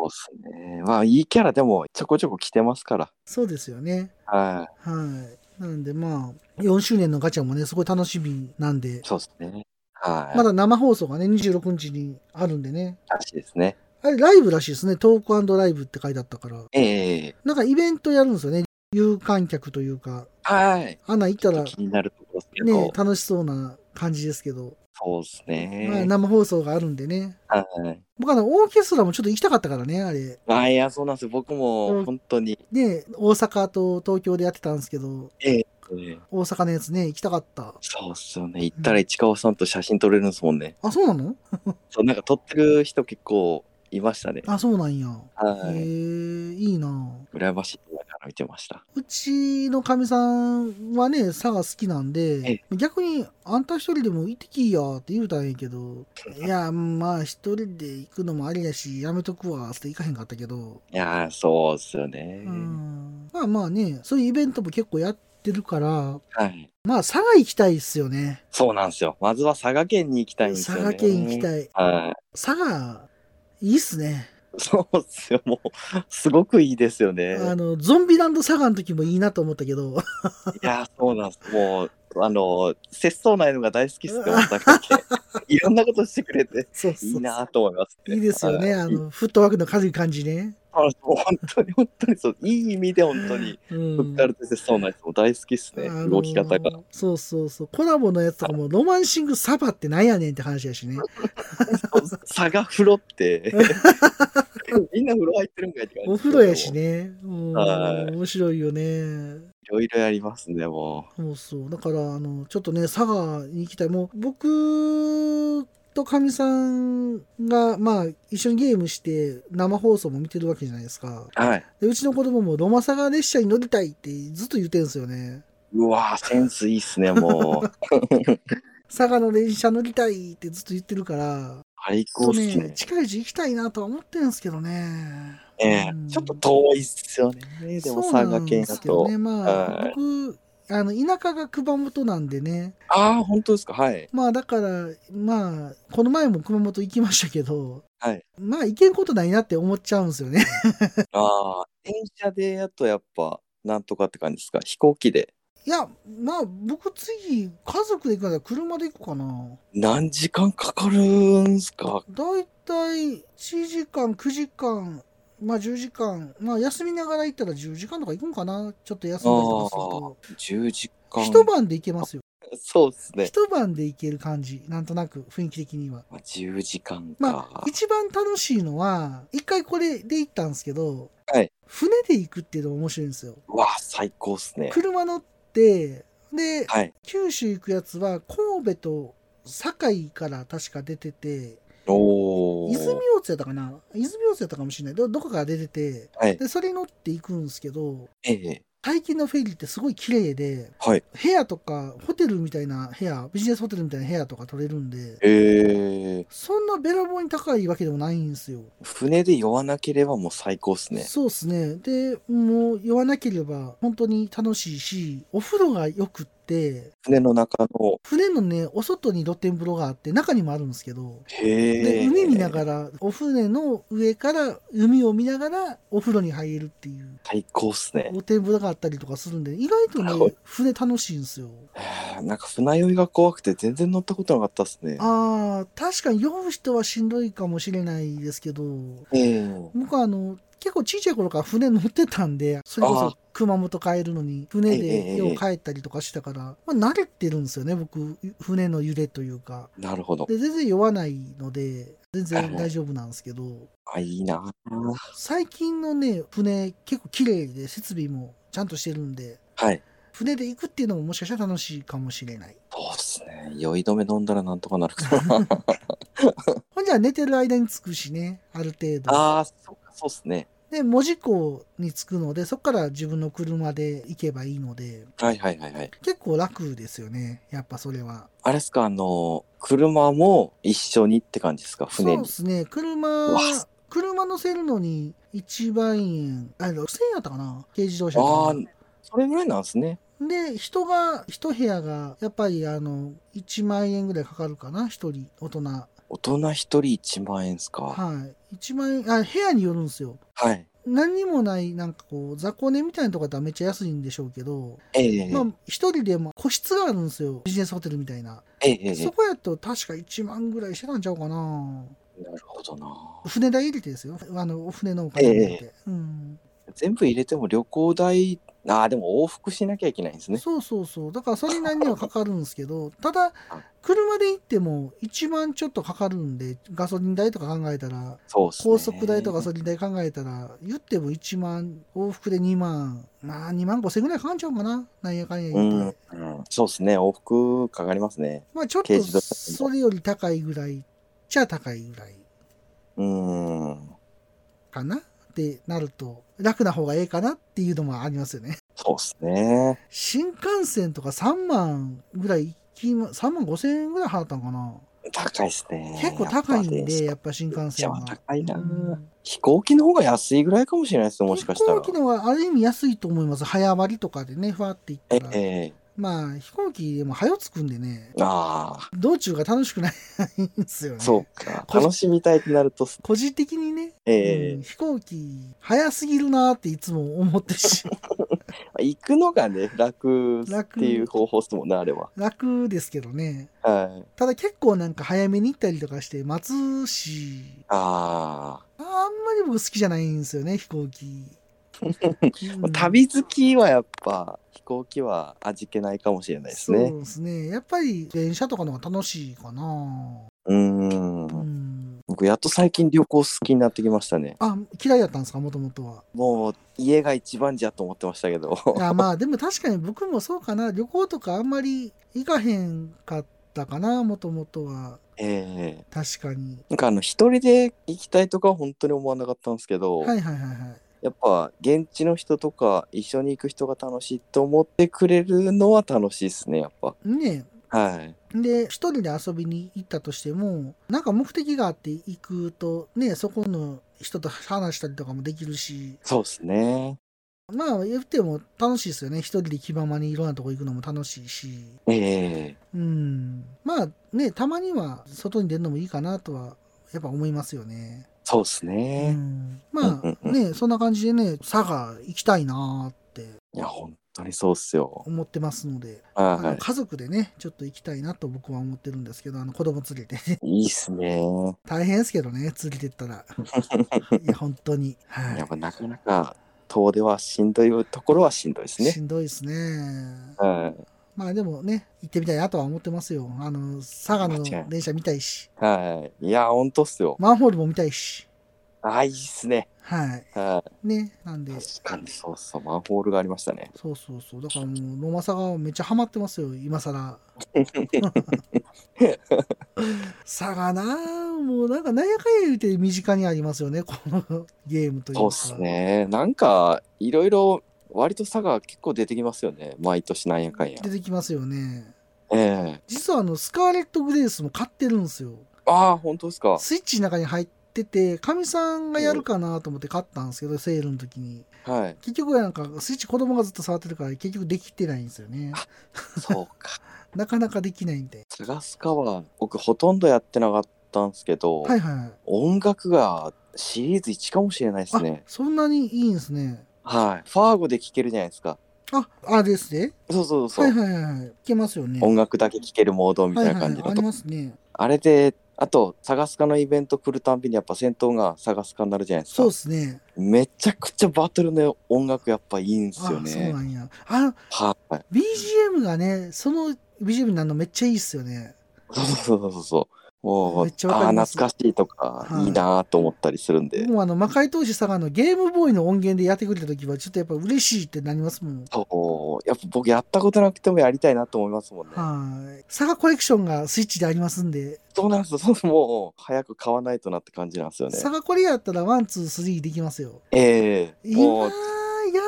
B: っすね。まあいいキャラでもちょこちょこ来てますから。
A: そうですよね。
B: は
A: はい。なんでまあ、4周年のガチャもね、すごい楽しみなんで
B: い。、そうですね。はい。
A: まだ生放送がね、26日にあるんでね。
B: らしいですね。
A: あれ、ライブらしいですね。トークライブって書いてあったから。
B: ええ
A: なんかイベントやるんですよね。有観客というか、
B: はい。
A: アナ行っ
B: ち
A: た
B: ょ
A: ら
B: っと気になるところですけど、
A: ね、楽しそうな感じですけど、
B: そうです
A: まあ
B: ね。
A: 生放送があるんでね。
B: はい。
A: 僕あの、オーケストラもちょっと行きたかったからね、あれ。
B: あいや、そうなんですよ。僕
A: うん
B: も本当に、
A: ね、大阪と東京でやってたんですけど、
B: ええ
A: 大阪のやつね、行きたかった。
B: そうっすよね。行ったら市川さんと写真撮れるんですもんね。
A: あ、そうなの
B: そう、なんか撮ってる人結構いましたね。
A: あ、そうなんや。
B: は
A: へえ
B: い。
A: いいな
B: 羨ましいと思いながら見てました。
A: うちのかみさんはね、佐賀好きなんで、逆に、あんた一人でも行ってきいやって言うたんや けど、いや、まあ一人で行くのもありやし、やめとくわ、って行かへんかったけど、
B: いやー、そうっすよね。
A: うんまあまあね、そういうイベントも結構やってるから、
B: はい。
A: まあ佐賀行きたいっすよね。
B: そうなんですよ。まずは佐賀県に行きたいんですよ
A: 佐
B: ね。
A: 賀県行きたい。
B: はい。
A: 佐賀、いいっすね。
B: そうっすよ。もう、すごくいいですよね。
A: あの、ゾンビランド佐賀の時もいいなと思った けど、
B: いやー、そうなんです。もう、あの、節操ないのが大好きっすよ、佐賀県。いろんなことしてくれて、
A: そうそう
B: いいなーと思います、
A: いいですよね。
B: はい
A: あの、フットワークの軽い感じね。
B: あの本当に、本当にそう、いい意味で本当に、
A: う
B: フッ
A: ん
B: カ。ルテ節操ないです。もう大好きっすね、
A: あのー
B: 動き方 が。
A: そうそうそう。コラボのやつとかも、ロマンシングサバってなんやねんって話やしね。
B: 佐賀風呂 って、みんな風呂入ってるんかいって感じ。
A: お風呂やし。ね。うん
B: はい
A: 面白いよね。
B: いろいろやりますね、も
A: そうそう。だから、あの、ちょっとね、佐賀に行きたい。もう、僕とかみさんが、まあ、一緒にゲームして生放送も見てるわけじゃないですか。
B: はい。
A: で、うちの子供もロマサガ列車に乗りたいってずっと言ってんすよね。
B: うわーセンスいいっすね、も う。
A: 佐賀の電車乗りたいってずっと言ってるから、
B: 最
A: ちょ
B: 高っ
A: っと
B: す
A: ね
B: ね、。
A: 近いうち行きたいなとは思ってるんですけどね。
B: ええ
A: うん
B: ちょっと遠いっすよね。でも
A: そう
B: 佐賀
A: なん
B: 県
A: で
B: だ
A: すけど
B: と。
A: ね、ま
B: は
A: あ
B: い、
A: 僕、あの、田舎が熊本なんでね。
B: ああ、本当ですか。はい。
A: まあ、だから、まあ、この前も熊本行きましたけど、
B: はい。
A: まあ、行けんことないなって思っちゃうんですよね。
B: ああ、電車でやっとやっぱ、なんとかって感じですか。飛行機で。
A: いや、まあ、僕次、家族で行くなら車で行くかな。
B: 何時間かかるんすか。
A: だいたい1時間、9時間、まあ10時間、まあ休みながら行ったら10時間とか行くんかなちょっと休んだりとかすると。
B: 10時間。
A: 一晩で行けますよ。
B: そうっすね。
A: 一晩で行ける感じ。なんとなく、雰囲気的には。
B: まあ10時間
A: ま
B: か
A: あ、。一番楽しいのは、一回これで行ったんですけど、
B: はい
A: 船で行くっていうのが面白いんですよ。
B: うわあ、最高っすね。
A: 車乗って、で、
B: はい。
A: 九州行くやつは、神戸と堺から確か出てて、
B: おお。
A: 泉大津やったかな泉大津やったかもしれない。どどこかが出てて、
B: はい
A: で、それに乗って行くんですけど、
B: ええ
A: 最近のフェリーってすごい綺麗で、
B: はい。
A: 部屋とか、ホテルみたいな部屋、ビジネスホテルみたいな部屋とか取れるんで、
B: ええ
A: そんなべらぼうに高いわけでもないんですよ。
B: 船で酔わなければもう最高っすね。
A: そうですね。で、もう酔わなければ本当に楽しいし、お風呂がよくって、
B: 船の中の。
A: 船のね、お外に露天風呂があって、中にもあるんですけど、
B: へ
A: で
B: え。
A: 海見ながら、お船の上から海を見ながらお風呂に入るっていう。
B: 最高っすね。
A: 露天風呂があったりとかするんで、意外と
B: は
A: ね
B: い、
A: 船楽しいんですよ。
B: はあなんか船酔いが怖くて全然乗ったことなかったっすね。
A: ああ、確かに酔う人はしんどいかもしれないですけど、
B: ええ
A: 僕はあの、結構ちいちゃい頃から船乗ってたんで、それこ
B: あ
A: そ
B: ー
A: 熊本帰るのに、船
B: ええ
A: で
B: ええ
A: よう帰ったりとかしたから、まあ、慣れてるんですよね、僕、船の揺れというか。
B: なるほど。
A: で、全然酔わないので、
B: は
A: 全
B: い
A: 然
B: はい
A: 大丈夫なんですけど、
B: あ、いいな。
A: 最近のね、船結構綺麗で、設備もちゃんとしてるんで、
B: はい。
A: 船で行くっていうのももしかしたら楽しいかもしれない。
B: そうっすね。酔い止め飲んだらなんとかなるかな。
A: ほんじゃ寝てる間に着くしね、ある程度。
B: ああ、そうか、そうっすね。
A: で、門司港に着くので、そこから自分の車で行けばいいので、
B: はいはいはいはい。
A: 結構楽ですよね、やっぱそれは。
B: あれっすか、あのー車も一緒にって感じですか、船
A: そう
B: に
A: で。すね、
B: う
A: 車
B: わ、
A: 車乗せるのに1万円、あ、6000円やったかな軽自動車
B: ああ
A: かな、
B: それぐらいなんですね。
A: で、人が、一部屋が、やっぱりあの、1万円ぐらいかかるかな、一人、大人。は
B: 大人一人1万円っすか。
A: い。1万円、あ、部屋によるんですよ。
B: はい。
A: 何にもない、なんかこう、雑魚寝みたいなとこだったらめっちゃ安いんでしょうけど、
B: ええ
A: まあ、一人でも個室があるんですよ。ビジネスホテルみたいな。
B: えええ
A: そこやと確か1万ぐらいしてたんちゃうかな。
B: えなるほどな。
A: 船代入れてですよ。あの、お船のお金入れて。うん。
B: 全部入れても旅行代、ああ、でも往復しなきゃいけないんですね。
A: そうそうそう。だからそれなりにはかかるんですけど、ただ、車で行っても1万ちょっとかかるんで、ガソリン代とか考えたら、
B: そうっすね。
A: 高速代とガソリン代考えたら、言っても1万、往復で2万、まあ2万5千ぐらいかかんちゃうかな。なんやかんや
B: う
A: 言って。
B: ん、うん、そうですね、往復かかりますね。
A: まあちょっ
B: 軽
A: と
B: 自動車
A: それより高いぐらいじゃ高いぐらい
B: うん、
A: かなってなると楽な方がええかなっていうのもありますよね。
B: そうですね。
A: 新幹線とか3万ぐらい行きま、3万5千円ぐらい払ったのかな
B: 高いですね。
A: 結構高いん
B: やっぱ
A: で、
B: 電
A: やっぱ新幹
B: 車
A: 線
B: は
A: は。
B: 高いな、
A: うん
B: 飛行機の方が安いぐらいかもしれないですね、もしかしたら
A: 飛行。機のはある意味安いと思います。早割りとかでね、ふわって行っ
B: え
A: たら。
B: え
A: まあ飛行機でも早つくんでね、
B: ああ、
A: 道中が楽しくないんですよね。
B: そう か。
A: こ
B: 楽しみたいってなると、
A: 個人的にね、
B: ええ
A: うん飛行機早すぎるなーっていつも思って し
B: 行くのがね、楽っていう方法ですもんね、あれは。
A: 楽ですけどね
B: はい。
A: ただ結構なんか早めに行ったりとかして待つし
B: あ
A: あんまり僕好きじゃないんですよね飛行 機、
B: あ、旅好きはやっぱ飛行機は味気ないかもしれないですね
A: そう。ですねやっぱり電車とかの方が楽しいかな
B: う。
A: うんん
B: 僕、やっと最近旅行好きになってきましたね。
A: あ嫌いだったんですかもとも とは
B: もう家が一番じゃと思ってましたけど。
A: いやまあでも確かに僕もそうかな旅行とかあんまり行かへんかったったかなもともとは
B: ええ
A: 確かに
B: なんかあの一人で行きたいとかは本当に思わなかったんですけど、
A: はいはいはいはい
B: やっぱ現地の人とか一緒に行く人が楽しいと思ってくれるのは楽しいですねやっぱ
A: ね
B: はい
A: で一人で遊びに行ったとしてもなんか目的があって行くとねそこの人と話したりとかもできるし
B: そうですね
A: まあ言っても楽しいですよね一人で気ままにいろんなとこ行くのも楽しいし
B: ええ
A: うんまあねたまには外に出るのもいいかなとはやっぱ思いますよね
B: そうです
A: う
B: ね、
A: んま
B: うん
A: あ
B: うん
A: ねそんな感じでね佐賀行きたいなーって
B: いや本当にそうっすよ
A: 思ってますのであの
B: は
A: 家族でねちょっと行きたいなと僕は思ってるんですけどあの子供連れてね
B: いいいっすね
A: 大変ですけどね連れてっ たらいや本当には
B: や
A: い
B: っぱなかなか遠出はしんどいところはしんどいですね
A: しんどいですね
B: はい
A: まあでもね行ってみたいなとは思ってますよあの佐賀の
B: 間違い
A: 電車見たいし
B: はいいや本当っすよ
A: マンホールも見たいし
B: あいいっすね
A: はい
B: は
A: ねなん
B: い
A: で
B: 確かにそうそうマンホールがありましたね
A: そうそうそう。だからもう、野間さがめっちゃハマってますよ、今さ ら。さがなあもうなんか、なんやかんや言うて身近にありますよね、このゲームというか。
B: そうっす。ねなんかいろいろ割と差が結構出てきますよね毎年なんやかんや
A: 出てきますよね。
B: ええ
A: 実はあの、スカーレット・グレースも買ってるんですよ。
B: ああ本当ですか
A: スイッチの中に入ってて、かみさんがやるかなと思って買ったんですけど、セールの時に。
B: はい
A: 結局なんか、スイッチ子供がずっと触ってるから、結局できてないんですよね。
B: そうか
A: なかなかできないんで。
B: サガスカは僕ほとんどやってなかったんですけど、
A: はいはいはい。
B: 音楽がシリーズ1かもしれないです
A: あ、
B: ね
A: そんなにいいんですね。
B: はいファーゴで聴けるじゃないですか
A: あ、あれですね。
B: そうそうそう、
A: はいはいはいはい。いけますよね。
B: 音楽だけ聴けるモードみたいな
A: はい
B: 感
A: は
B: じ
A: い
B: のと、
A: はい、ありますね。
B: あれであとサガスカのイベント来るたんびにやっぱ戦闘がサガスカになるじゃないですか
A: そうですね。
B: めちゃくちゃバトルの音楽やっぱいいんです
A: あ、
B: よ
A: そう
B: ね
A: なんや。あ、
B: はい
A: BGM がね、その BGM になるのめっちゃいいっすよね。
B: そうそうそうそうもう
A: めっちゃわ
B: あ
A: か
B: あ
A: り
B: ー
A: ます
B: 懐かしいとか、
A: はい
B: い、いなーと思ったりするんで、
A: もうあの、魔界投資さんがあのゲームボーイの音源でやってくれた時は、ちょっとやっぱ嬉しいってなりますもん。
B: そうやっぱ僕やったことなくてもやりたいなと思いますもんね、
A: はい。サガコレクションがスイッチでありますんで、
B: そうなんですよそうもう早く買わないとなって感じなんですよね
A: サガコレやったらワン、ツー、スリーできますよ。
B: ええ
A: 今、
B: も
A: や
B: う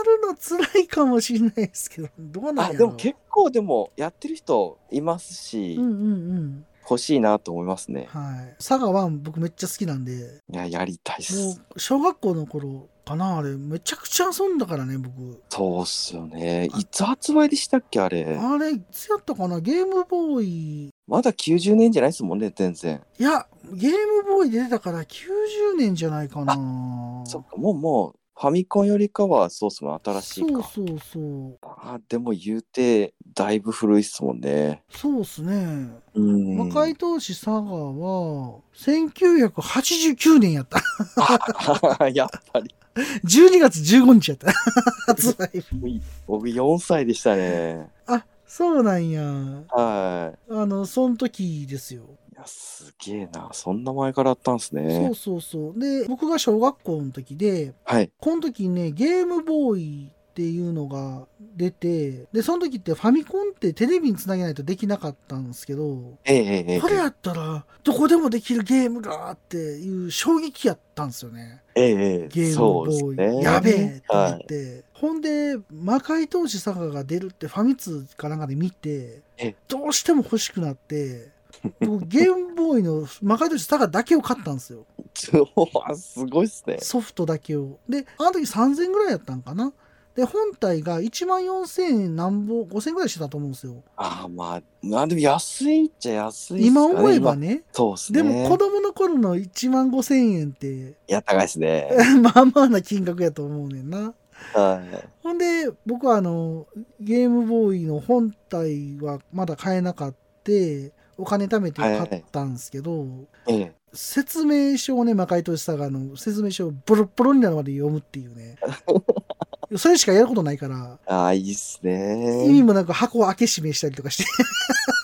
A: るの辛いかもしれないですけど、どうなん
B: あ
A: やろ
B: でも結構でもやってる人いますし、
A: うんうんうん。
B: 欲しいなと思いますね
A: はい。佐賀ワン僕めっちゃ好きなんで、
B: いややりたいっ
A: も
B: す
A: う小学校の頃かなあれめちゃくちゃ遊んだからね僕
B: そうっすよねいつ発売でしたっけあれ
A: あれいつやったかなゲームボーイい
B: まだ90年じゃないですもんね全然
A: やゲームボーイ出てたから90年じゃないかな
B: そっかもうもうファミコンよりかはそうっすもん新しい
A: そう
B: か
A: そうそう
B: あでも言うてだいぶ古いっすもんね
A: そうっすね、
B: うん
A: 魔界投資佐賀は1989年やった
B: あ やっぱり
A: 12月15日やった 発売日
B: 僕4歳でしたね
A: あそうなんやあ
B: はい
A: のその時ですよ
B: いやすげえなそんな前からあったんす
A: そ
B: ね
A: うそうそうで僕が小学校の時で
B: はい
A: この時ね、ゲームボーイっていうのが出て、で、その時ってファミコンってテレビにつなげないとできなかったんですけど、
B: ええええええ
A: これやったら、どこでもできるゲームがっていう衝撃やったんですよね。
B: ええええ
A: ゲーム
B: そ
A: ボ
B: うです
A: ーイ。
B: ね
A: やべえって
B: は
A: なっ
B: い
A: て。ほんで、魔界投資サガが出るってファミ通かなんかで見て
B: え、
A: どうしても欲しくなって、僕ゲームボーイの魔界投資サガだけを買ったんですよ。
B: うわ すごいっすね。
A: ソフトだけを。で、あの時3000ぐらいやったんかな。で、本体が1万4000何ぼ、5000ぐらいしてたと思うんですよ。
B: ああ、まあ、まあでも安いっちゃ安いっすかね、
A: 今思えば
B: 今。
A: ね。
B: そうっすね。
A: で
B: で
A: も
B: も
A: 子供の頃の1万5000円って、
B: いや、高いっすね。
A: まあまあな金額やと思うねんな。
B: はい。
A: ほんで、僕はあの、ゲームボーイの本体はまだ買えなかった。お金貯めて買ったんですけど、
B: ええ。
A: 説明書をね、魔界投資さがの説明書をボロッボロになるまで読むってい うね。それしかやることないから、
B: ああ、いいっす
A: 意味
B: ね。
A: もなく箱を開け閉めしたりとかし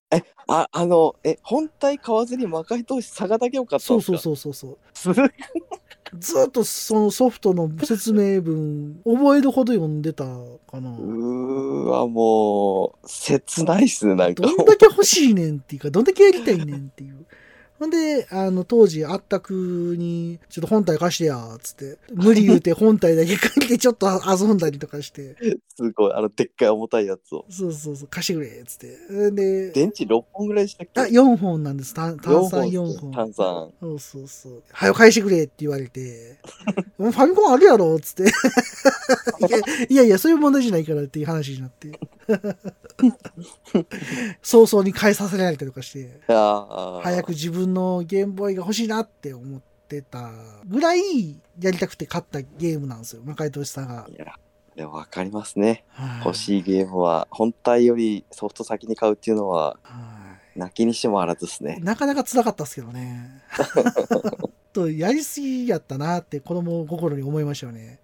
A: て
B: あ、あの、え、本体買わずに魔界投資佐賀だけを買った
A: そ
B: ん
A: う
B: です
A: そう
B: か
A: そうそうそう
B: そうそう。
A: ずっとそのソフトの説明文、覚えるほど読んでたか
B: う
A: な。
B: ーわ、もう、切ないっすね、なんか
A: ど。んだけ欲しいねんっていうか、どんだけやりたいねんっていう。 ほんで、あの、当時、あったくに、ちょっと本体貸してや、つって、無理言うて本体だけ借りて、ちょっと遊んだりとか して、
B: すごい、あの、でっかい重たいやつを。
A: そうそうそう、貸してくれ、つって。で、
B: 電池6本ぐらいでしたっけ
A: あ、4本なんです。炭炭酸4本。
B: 炭酸。
A: そうそうそう。はよ返してくれって言われて、 もうファミコンあるやろっつって。 いやいやいや、そういう問題じゃないからっていう話になって。 早々に返させられたりとかして、
B: あー
A: 早く。自分のゲームボーイが欲しいなって思ってたぐらいやりたくて買ったゲームなんですよ。魔界投資さんが。
B: いや、でも分かりますね。欲
A: い。
B: しいゲームは、本体よりソフト先に買うっていうのは、
A: はい
B: 泣きにしてもあらずです ね。
A: なかなか辛かったですけどね。 とやりすぎやったなって子供心に思いましたよね。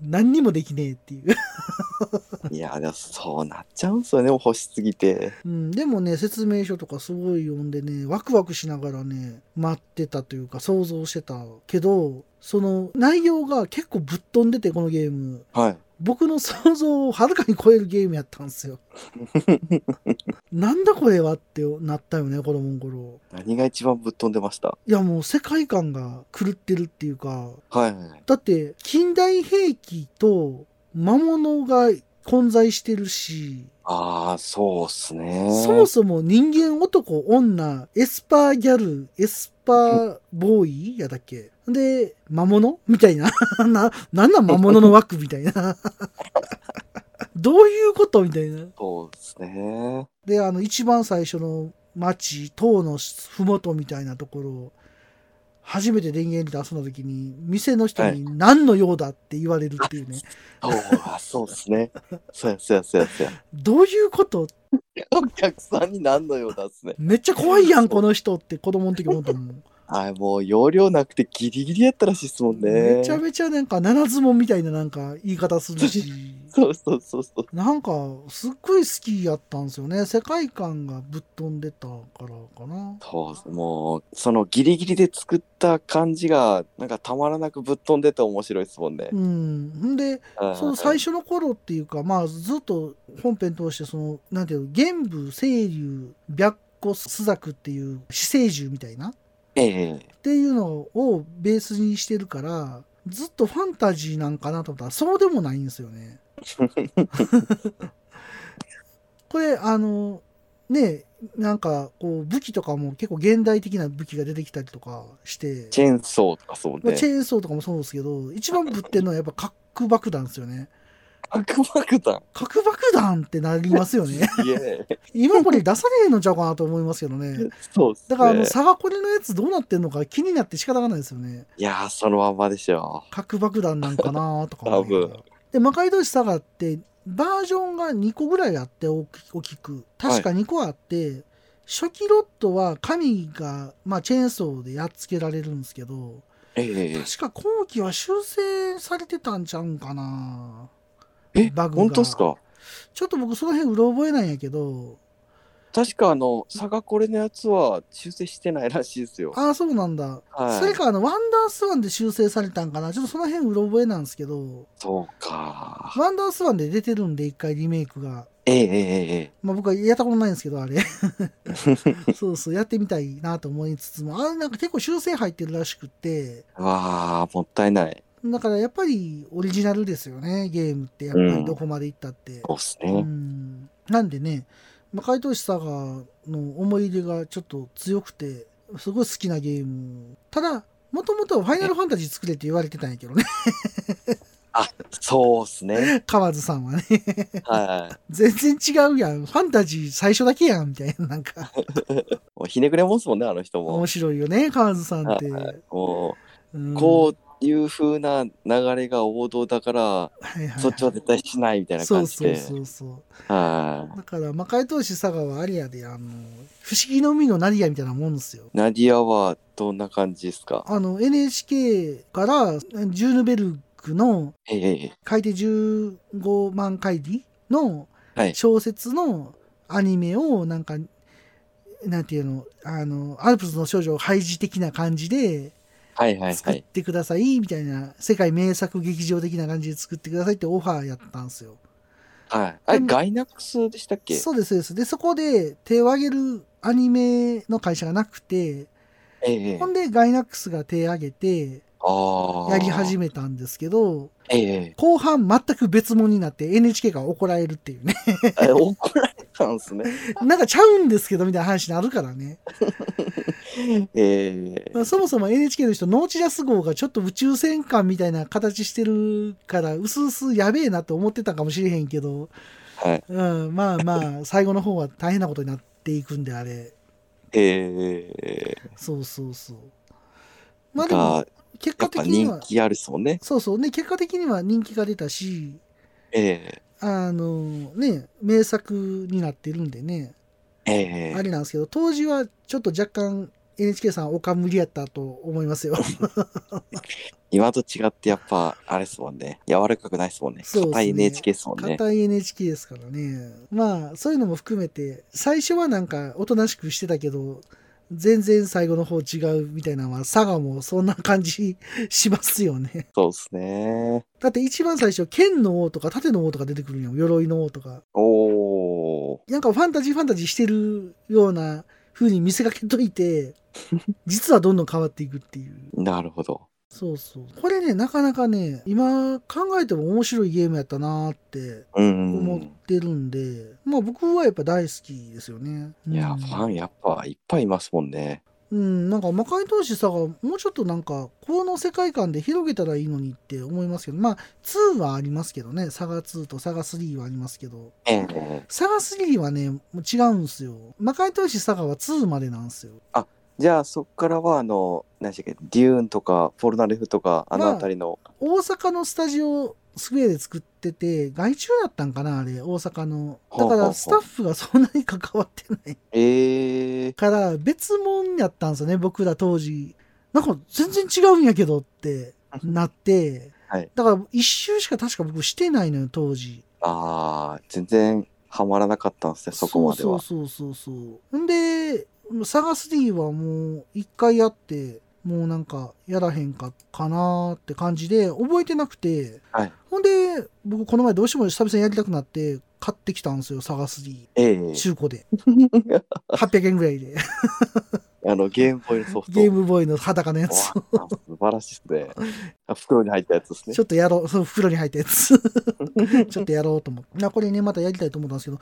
A: 何にもできねえっていう、
B: いや、でもそうなっちゃうんすよね、もう欲しすぎて。
A: うん。でもね、説明書とかすごい読んでね、ワクワクしながらね、待ってたというか想像してたけど、その内容が結構ぶっ飛んでて、このゲーム。
B: はい。
A: 僕の想像をはるかに超えるゲームやったんですよ。なんだこれはってなったよね、子供の頃。
B: 何が一番ぶっ飛んでました
A: いやもう世界観が狂ってるっていうか、
B: はいはいはい。
A: だって近代兵器と魔物が混在してるし、
B: ああ、そうっすね。
A: そもそも人間男女エスパーギャルエスパーボーイやだっけで魔物みたいな ななんなん魔物の枠みたいな どういうことみたいな
B: そうですね。
A: であの一番最初の町塔の麓みたいなところを初めて電源で出すの時に店の人に何の用だって言われるっていうね、
B: そうあそうですね。そうやそうやそうやそうや。
A: どういうこと
B: お客さんに何のようだっすね。
A: めっちゃ怖いやん、この人って子供の時思ったもん。
B: あもう容量なくてギリギリやったらしいっすもんね。
A: めちゃめちゃなんか、七相撲みたいななんか言い方するし、
B: そうそうそうそう。
A: なんか、すっごい好きやったんですよね。世界観がぶっ飛んでたからかな。
B: そうっすもうそのギリギリで作った感じがなんかたまらなくぶっ飛んでて面白いっすもんね
A: う。ん。んで、その最初の頃っていうか、まあ、ずっと本編通して、その、なんていうの、玄武、清流、白虎、朱雀っていう、四聖獣みたいな。
B: ええ
A: っていうのをベースにしてるから、ずっとファンタジーなんかなと思ったら、そうでもないんですよ ね。これ、あの、ねなんか、こう、武器とかも結構現代的な武器が出てきたりとかして、
B: チェーンソーとかそう
A: まあ
B: ね
A: チ。ェーンソーとかもそうですけど、一番ぶってるのはやっぱ核爆弾ですよね。
B: 悪魔くだ。
A: 核爆弾ってなります よね。
B: いえ。
A: 今これ出さねえのちゃうかなと思いますけどね。
B: そうっすね。
A: だから、あの、サガコリのやつどうなってんのか気になって仕方がないですよね。
B: いやーそのまんまでしょ。
A: 核爆弾なんかなとか思いながら
B: 多分
A: で魔界同士サガってバージョンが2個ぐらいあって大き大きく確か2個あって、初期ロットは神が、まあ、チェーンソーでやっつけられるんですけど
B: ええ
A: 確か後期は修正されてたんちゃうんかな
B: え
A: バグが
B: 本当っすか
A: ちょっと僕その辺うろ覚えなんやけど
B: 確かあの、サガコレのやつは修正してないらしいですよ。
A: ああそうなんだ、
B: はい
A: それかあのワンダースワンで修正されたんかなちょっとその辺うろ覚えなんですけど
B: そうか。
A: ワンダースワンで出てるんで1回リメイクが
B: えええええ
A: まあ、僕はやったことないんですけど、あれ。 そうそう、やってみたいなと思いつつも、あれなんか結構修正入ってるらしくって、
B: え。わあ、もったいない。
A: だからやっぱりオリジナルですよね、ゲームって。やっぱりどこまでいったって。
B: そうっす
A: うん。
B: ね。
A: なんでね、まあ、怪盗士サガの思い入れがちょっと強くて、すごい好きなゲーム。ただ、もともとはファイナルファンタジー作れって言われてたんやけどね、
B: あ、そうっすね。
A: 河津さんはね。
B: はい。
A: 全然違うやん。ファンタジー最初だけやん、みたいな。なんか、
B: もうひねくれもんっすもんね、あの人も
A: 面。白いよね、河津さんって。
B: も
A: うん
B: う、こういう風な流れが王道だから、
A: はいはいはい
B: そっちは絶対しないみたいな
A: そ
B: 感
A: う
B: じ
A: そう
B: で。
A: そうそ
B: は
A: う。だから、魔界投資佐賀はありやで、あの、不思議の海のナリアみたいなもんですよ。
B: い。ナディアはどんな感じですか
A: あの、NHK からジューヌベルクの
B: ええええ。
A: 海底15万回りの
B: はい
A: 小説のアニメを、なんか、なんていうの、あの、アルプスの少女ハイジ的な感じで、
B: はいはいは
A: 作っ
B: い。
A: てくださいみたいな世界名作劇場的な感じで作ってくださいってオファーやったんですよ。
B: はい。あれ、ガイナックスでしたっけ
A: そうですそうです。でそこで手を挙げるアニメの会社がなくて
B: ええ
A: ほ。んでガイナックスが手を挙げて
B: ああ。
A: やり始めたんですけど
B: ええ。
A: 後半全く別物になって NHK が怒られるっていうね
B: え怒られたんすね。
A: なんかちゃうんですけどみたいな話になるからね。
B: ええ
A: まあそもそも NHK の人ノーチラス号がちょっと宇宙戦艦みたいな形してるからうすうすやべえなと思ってたかもしれへんけど
B: はい。
A: うん、まあまあ、最後の方は大変なことになっていくんで、あれ。
B: ええ
A: そうそうそう。ま
B: なん
A: あでも
B: か、、
A: 結
B: や
A: 果
B: っぱ
A: 的に
B: 人
A: は、
B: 気あるっすもんね。
A: そうそうね、結果的には人気が出たし、
B: え
A: あのね、名作になってるんでね、
B: ええ
A: あれなんですけど、当時はちょっと若干 NHK さんおか無理やったと思いますよ。
B: 今と違ってやっぱ、あれっすもんね。柔らかくないっすもんね。
A: そうっすね
B: 硬い NHK っすもんね。
A: 硬い NHK ですからね。まあ、そういうのも含めて、最初はなんかおとなしくしてたけど、全然最後の方違うみたいなのは、佐賀もそんな感じしますよね。
B: そうっすね。
A: だって一番最初、剣の王とか盾の王とか出てくるんやん。鎧の王とか。
B: おー。
A: なんかファンタジーファンタジーしてるような風に見せかけと いて、実はどんどん変わっていくっていう。
B: なるほど。
A: そうそう。これね、なかなかね、今考えても面白いゲームやったなーって
B: うん。
A: 思ってるんで、まあ僕はやっぱ大好きですよね。うん
B: いや、ファンやっぱいっぱいいますもんね。
A: うん、なんか魔界投資さがもうちょっとなんか、この世界観で広げたらいいのにって思いますけど、まあ2はありますけどね、サガ2とサガ3はありますけど、
B: ええ
A: サガ3はね、もう違うんすよ。魔界投資サガは2までなんですよ。
B: じゃあそこからはあの何でしたっけデューンとかフォルナレフとかあの辺りの、
A: 大阪のスタジオスクエアで作ってて、外注だったんかな、あれ、大阪の。だ
B: ほうほ
A: か
B: うほ
A: ら
B: う
A: スタッフがそんなに関わってない
B: ええ
A: から別物やったんですよね僕ら当時なんか全然違うんやけどってなって、
B: はい
A: だから一周しか確か僕してないのよ当時
B: ああ全然ハマらなかったんですねそこまでは
A: そうそうそうそうほんでサガ3はもう一回やってもうなんかやらへんかかなーって感じで覚えてなくて、
B: はい
A: ほんで僕この前どうしても久々にやりたくなって買ってきたんですよサガ3
B: ええ
A: 中 古で800円ぐらいで
B: あのゲームボーイのソフト
A: ゲームボーイの裸のやつを
B: わあ素晴らしいですねあ袋に入ったやつですね
A: ちょっとやろう、その袋に入ったや つ。ちょっとやろうと思って。なこれね、またやりたいと思ったんですけど、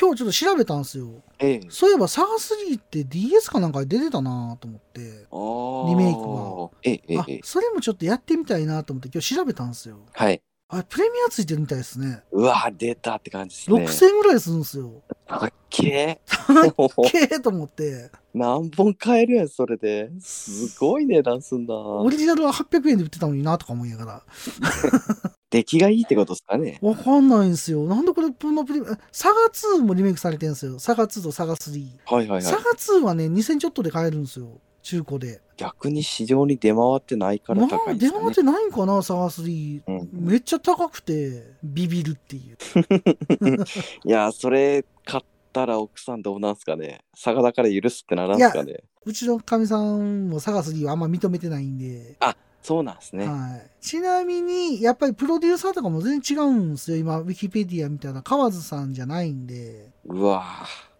A: 今日ちょっと調べたんですよ。
B: ええ
A: そういえば、サガ3って DS かなんかで出てたなと思って。
B: あー
A: リメイクは
B: えええ
A: あ
B: えええ、
A: それもちょっとやってみたいなと思って今日調べたんですよ。
B: はい
A: あ、プレミアついてるみたいですね。
B: うわ出たって感じですね
A: 6000円ぐらいするんですよ。
B: かっけ
A: っ
B: え
A: けえと思って。
B: 何本買えるやんそれですごい値段すんな
A: オリジナルは800円で売ってたのになとか思いながら。
B: 出来がいいってことですかね
A: わかんないんですよ。なんでこれ、こんなプレミア、サガ2もリメイクされてるんですよ。サガ2とサガ3。
B: はいはいはい
A: サガ2はね、2000ちょっとで買えるんですよ。中古で。
B: 逆に市場に出回ってないから高いんですか
A: まあ出回
B: ね
A: っ。てないんかなサガ3
B: うん、
A: めっちゃ高くてビビるっていう
B: いやーそれ買ったら奥さんどうなんすかね佐賀だから許すってならんすかね
A: うちのかみさんもサガ3はあんま認めてないんで、
B: そうなんですね、
A: はい、ちなみにやっぱりプロデューサーとかも全然違うんですよ今ウィキペディアみたいな河津さんじゃないんで
B: うわ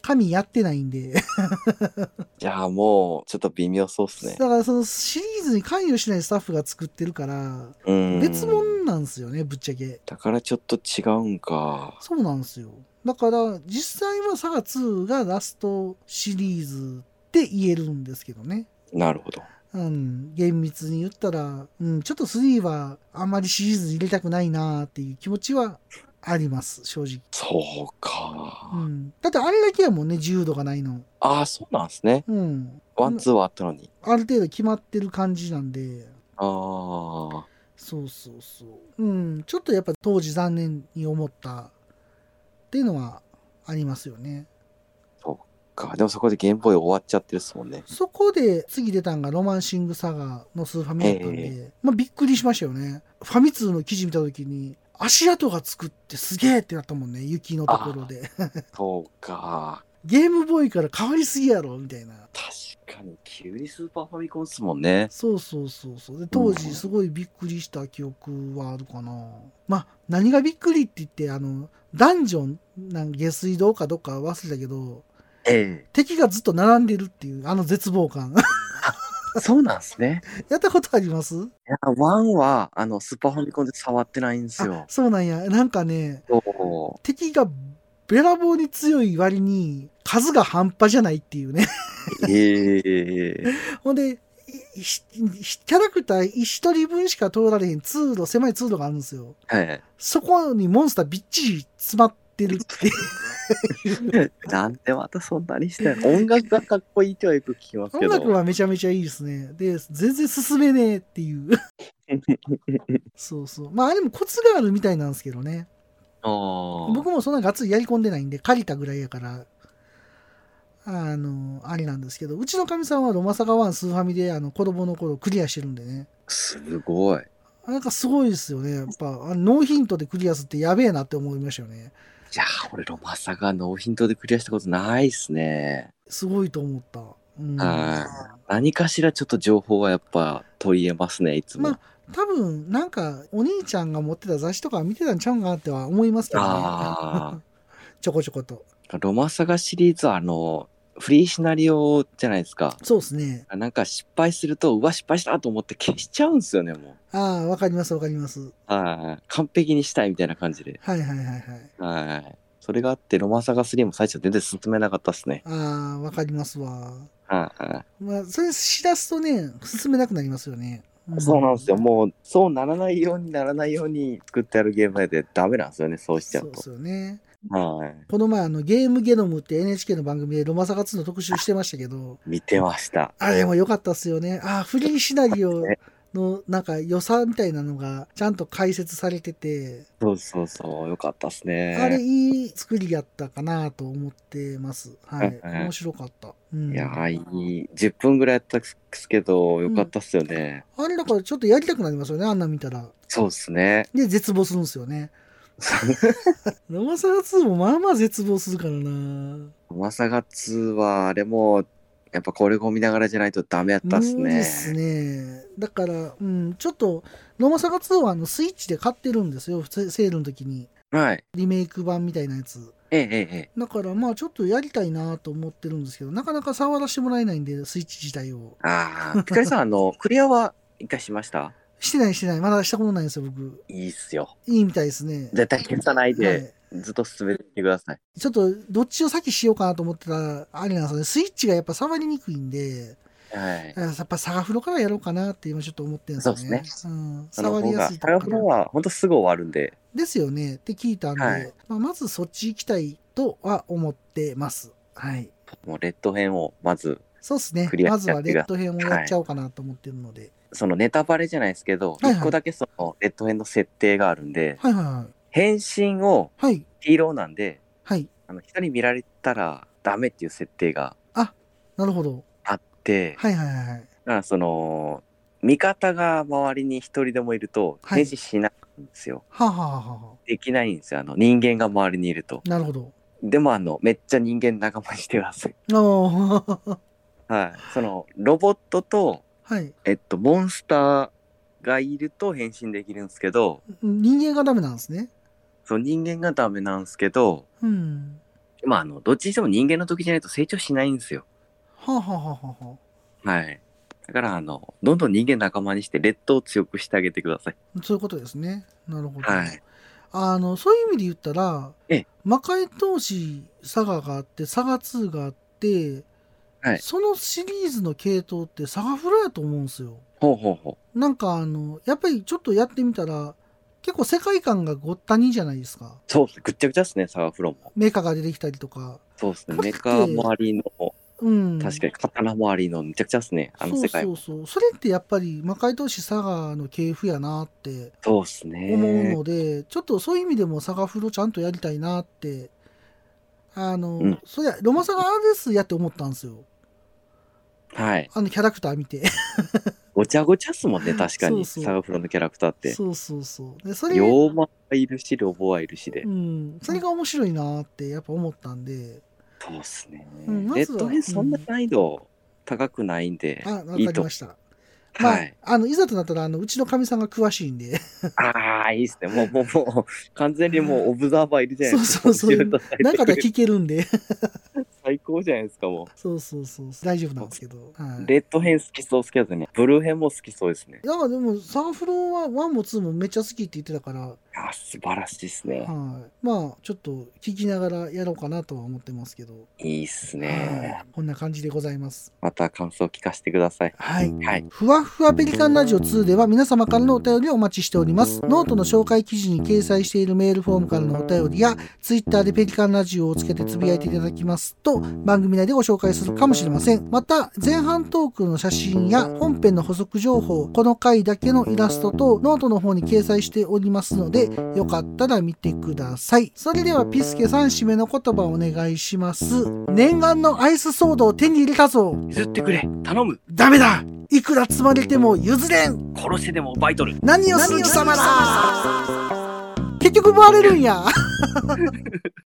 A: 神やってないんで、
B: ーじゃあもうちょっと微妙そうっすね
A: だからそのシリーズに関与しないスタッフが作ってるから
B: うん
A: 別物なんですよねぶっちゃけ
B: だからちょっと違うんか
A: そうなんですよ。だから、実際はサガ2がラストシリーズって言えるんですけどね。
B: なるほど
A: うん、厳密に言ったら、うん、ちょっと3はあんまりシリーズに入れたくないなーっていう気持ちはあります、正直。
B: そうか、
A: うん、だってあれだけやもんね、自由度がないの。
B: ああそうなんですね
A: うん。
B: ワンツーはあったのに
A: ある程度決まってる感じなんで、
B: ああ
A: そうそうそう。うん、ちょっとやっぱ当時残念に思ったっていうのはありますよね。
B: かでもそこでゲームボーイ終わっちゃってるっすもんね
A: そこで次出たんがロマンシングサガのスーファミだったんで、
B: え
A: まあびっくりしましたよね。ファミ通の記事見た時に、足跡がつくってすげえってなったもんね、雪のところで。
B: そうか
A: ゲームボーイから変わりすぎやろ、みたいな。
B: 確かに、急にスーパーファミコンっすもんね。
A: そうそうそうそう。で、当時すごいびっくりした記憶はあるかな。まあ、何がびっくりって言って、あの、ダンジョン、なん下水道かどっか忘れたけど、
B: え
A: 敵がずっと並んでるっていう、あの絶望感。
B: え。そうなんですね。
A: やったことあります
B: いや、ワンは、あの、スーパーファミコンで触ってないんです
A: あ
B: よ。
A: そうなんや。なんかね、
B: そう。
A: 敵がべらぼうに強い割に、数が半端じゃないっていうね。
B: ええ
A: ほんで、いひひキャラクター一人分しか通られへん通路、狭い通路があるんですよ。
B: はい。
A: そこにモンスターびっちり詰まってるって。
B: なんでまたそんなにしてんの音楽がかっこいいとはよく聞きますけ
A: 音
B: ど。
A: 楽はめちゃめちゃいいですね。で、全然進めねえっていう。そうそう。まあ、あれもコツがあるみたいなんですけどね。
B: ああ。
A: 僕もそんなガッツリやり込んでないんで、借りたぐらいやから、あの、あれなんですけど、うちのかみさんはロマサガ1スーファミで、あの、子供の頃クリアしてるんでね。
B: すごい。
A: なんかすごいですよね。やっぱ、あノーヒントでクリアするってやべえなって思いましたよね。
B: いやー、俺、ロマサガノーヒントでクリアしたことないっすね。
A: すごいと思った。うん、
B: は何かしらちょっと情報はやっぱ取り入れますね、いつも。
A: まあ多分、なんか、お兄ちゃんが持ってた雑誌とか見てたんちゃうんかなっては思いますけどね
B: あ。
A: ちょこちょこと。
B: ロマサガシリーズは、あの、フリーシナリオじゃないですか。
A: そうですね。
B: なんか失敗すると、うわ、失敗したと思って消しちゃうんですよね、も
A: ああ、わかりますわかります。
B: う。はい。完璧にしたいみたいな感じで。
A: はいはいはいはい。
B: はい。それがあって、ロマサガ3も最初全然進めなかったっすね。
A: ああ、わかりますわ。
B: は
A: まあ、それ知らすとね、進めなくなりますよね。
B: い。そうなんですよ。もう、そうならないようにならないように作ってあるゲームでダメなんですよね、そうしちゃ
A: そう
B: う
A: で
B: と。
A: すよね。
B: はい。
A: この前、あの、ゲームゲノムって NHK の番組でロマサガ2の特集してましたけど、
B: 見てました。
A: あれも良かったっすよね。ああ、フリーシナリオ
B: ね
A: のなんか良さみたいなのがちゃんと解説されてて、
B: そうそうそう、よかったっすね。
A: あれいい作りやったかなと思ってます。はい。
B: うんうん
A: 面白かった。うん
B: いやー、いい。10分ぐらいやったっすけど、よかったっすよね。
A: あれだからちょっとやりたくなりますよね、あんな見たら。
B: そうっすね。
A: で、絶望するんですよ ね。ロマサガ2もまあまあ絶望するからな。
B: まさが2は、あれも、やっぱこれを見ながらじゃないとダメやったっす
A: うんで
B: ね。
A: すね。だから、うん、ちょっと、ロマサガ2はあのスイッチで買ってるんですよ、セセールの時に。
B: はい。
A: リメイク版みたいなやつ。
B: ええええええ。
A: だからまあちょっとやりたいなと思ってるんですけど、なかなか触らせてもらえないんで、スイッチ自体を。
B: ああ、ピカリさん、あの、クリアは一回しました
A: してないしてない。まだしたことないんですよ、僕。
B: いいっすよ。
A: いいみたいですね。
B: 絶対消さない
A: は
B: で、
A: い、
B: ずっと進めてください。
A: ちょっと、どっちを先しようかなと思ってたら、あれなんですよね。スイッチがやっぱ触りにくいんで、
B: はい。
A: やっぱサガフロからやろうかなって今ちょっと思ってるんですよね。
B: そうです
A: ね。ん、
B: あの
A: 触り
B: 方
A: や
B: が、
A: すい
B: サ
A: とこ
B: ガ
A: か
B: フ
A: な
B: ロはほんとすぐ終わるんで。
A: ですよねって聞いたんで、
B: はい
A: まあ、まずそっち行きたいとは思ってます。はい。
B: もうレッド編を、まず、
A: そうっすね
B: クリ。ア
A: ま
B: し
A: ず
B: ちゃ
A: は
B: って
A: レ
B: く
A: ッ
B: だ
A: ド編をやっちゃおうかなと思ってるので。
B: そのネタバレじゃないですけど、
A: はいはい
B: 一個だけそのレッド編の設定があるんで、
A: はいはいはい。
B: 変身を
A: はい。
B: ヒーローなんで、
A: はい。
B: あの人に見られたらダメっていう設定が
A: なるほど。
B: あって、
A: はいはいはいはい。
B: だからその、味方が周りに一人でもいると
A: はい
B: 変身しないんですよ。
A: はあ、はあはあは
B: できないんですよ。あの人間が周りにいると。
A: あ、なるほど。
B: でもあの、めっちゃ人間仲間にしてください。
A: ああ、
B: はい。その、ロボットと、
A: はい。
B: えっと、モンスターがいると変身できるんですけど、
A: 人間がダメなんですね。
B: そう人間がダメなんですけど、
A: うん。
B: まあ、あの、どっちにしても人間の時じゃないと成長しないんですよ。
A: はあ、はあはあはあは
B: はい。だから、あの、どんどん人間仲間にして、レッドを強くしてあげてください。
A: あ、そういうことですね。なるほど。
B: はい。
A: あの、そういう意味で言ったら
B: ええ、
A: 魔界投資サガがあって、サガ2があって、
B: はい
A: そのシリーズの系統ってサガフロやと思うんですよ。
B: ほうほうほ
A: なんかあの、やっぱりちょっとやってみたら、結構世界観がごったにじゃないですか。
B: う。そうっす。ぐっちゃぐちゃっすね、サガフロも。
A: メカが出てきたりとか。
B: そうっすね。
A: だっ
B: メ
A: て
B: カもありの、
A: うん。
B: 確かに刀もありの、めちゃくちゃっすね、あの世界
A: そ
B: も。
A: うそうそう。それってやっぱり魔界投資サガの系譜やなって
B: そうっす
A: 思う
B: ね。
A: ので、ちょっとそういう意味でもサガフロちゃんとやりたいなって、あの、
B: うん
A: そりゃ、ロマサガですやって思ったんですよ。
B: はい。
A: あのキャラクター見て。
B: ごちゃごちゃっすもんね、確かに。
A: そうそう
B: サガフロのキャラクターって。
A: そうそうそう。で、それ、
B: 妖魔はいるし、ロボはいるしで
A: う。ん、それが面白いなーってやっぱ思ったんで、
B: そうですね。
A: うんま
B: ネ
A: ず
B: ッ
A: は
B: ト編そんな難易度高くないんで
A: あ、わか
B: いい
A: り
B: と
A: ま。した。まあ、
B: はい。
A: あの、いざとなったら、あの、うちのかみさんが詳しい んで、
B: ああ、いいですね。もう、もう、もう、完全にもうオブザーバー入りじゃないですか。
A: そうそうそう
B: 後ろ叩いてくれる
A: 中で聞けるんで、
B: 最高じゃないですか、も
A: そうそうそう、大丈夫なんですけど。は
B: う。
A: い
B: レッド編好きそうですけどね。ブルー編も好きそうですね。
A: なんかでも、サーフローは1も2もめっちゃ好きって言ってたから、はい
B: あー素晴らしいですね。。
A: まあ、ちょっと聞きながらやろうかなとは思ってますけど、
B: いいっす
A: は
B: ね。
A: い。こんな感じでございます。
B: また感想聞かせてください。
A: はい。
B: はい。
A: ふわふわペリカンラジオ2では皆様からのお便りをお待ちしております。ノートの紹介記事に掲載しているメールフォームからのお便りや、ツイッターでペリカンラジオをつけてつぶやいていただきますと、番組内でご紹介するかもしれません。また、前半トークの写真や本編の補足情報、この回だけのイラストとノートの方に掲載しておりますので、よかったら見てください。それではピスケさん締めの言葉をお願いします。念願のアイスソードを手に入れたぞ
B: 譲ってくれ頼む
A: ダメだいくら積まれても譲れん
B: 殺してでもバイトル
A: 何をする貴様ら結局奪われるんや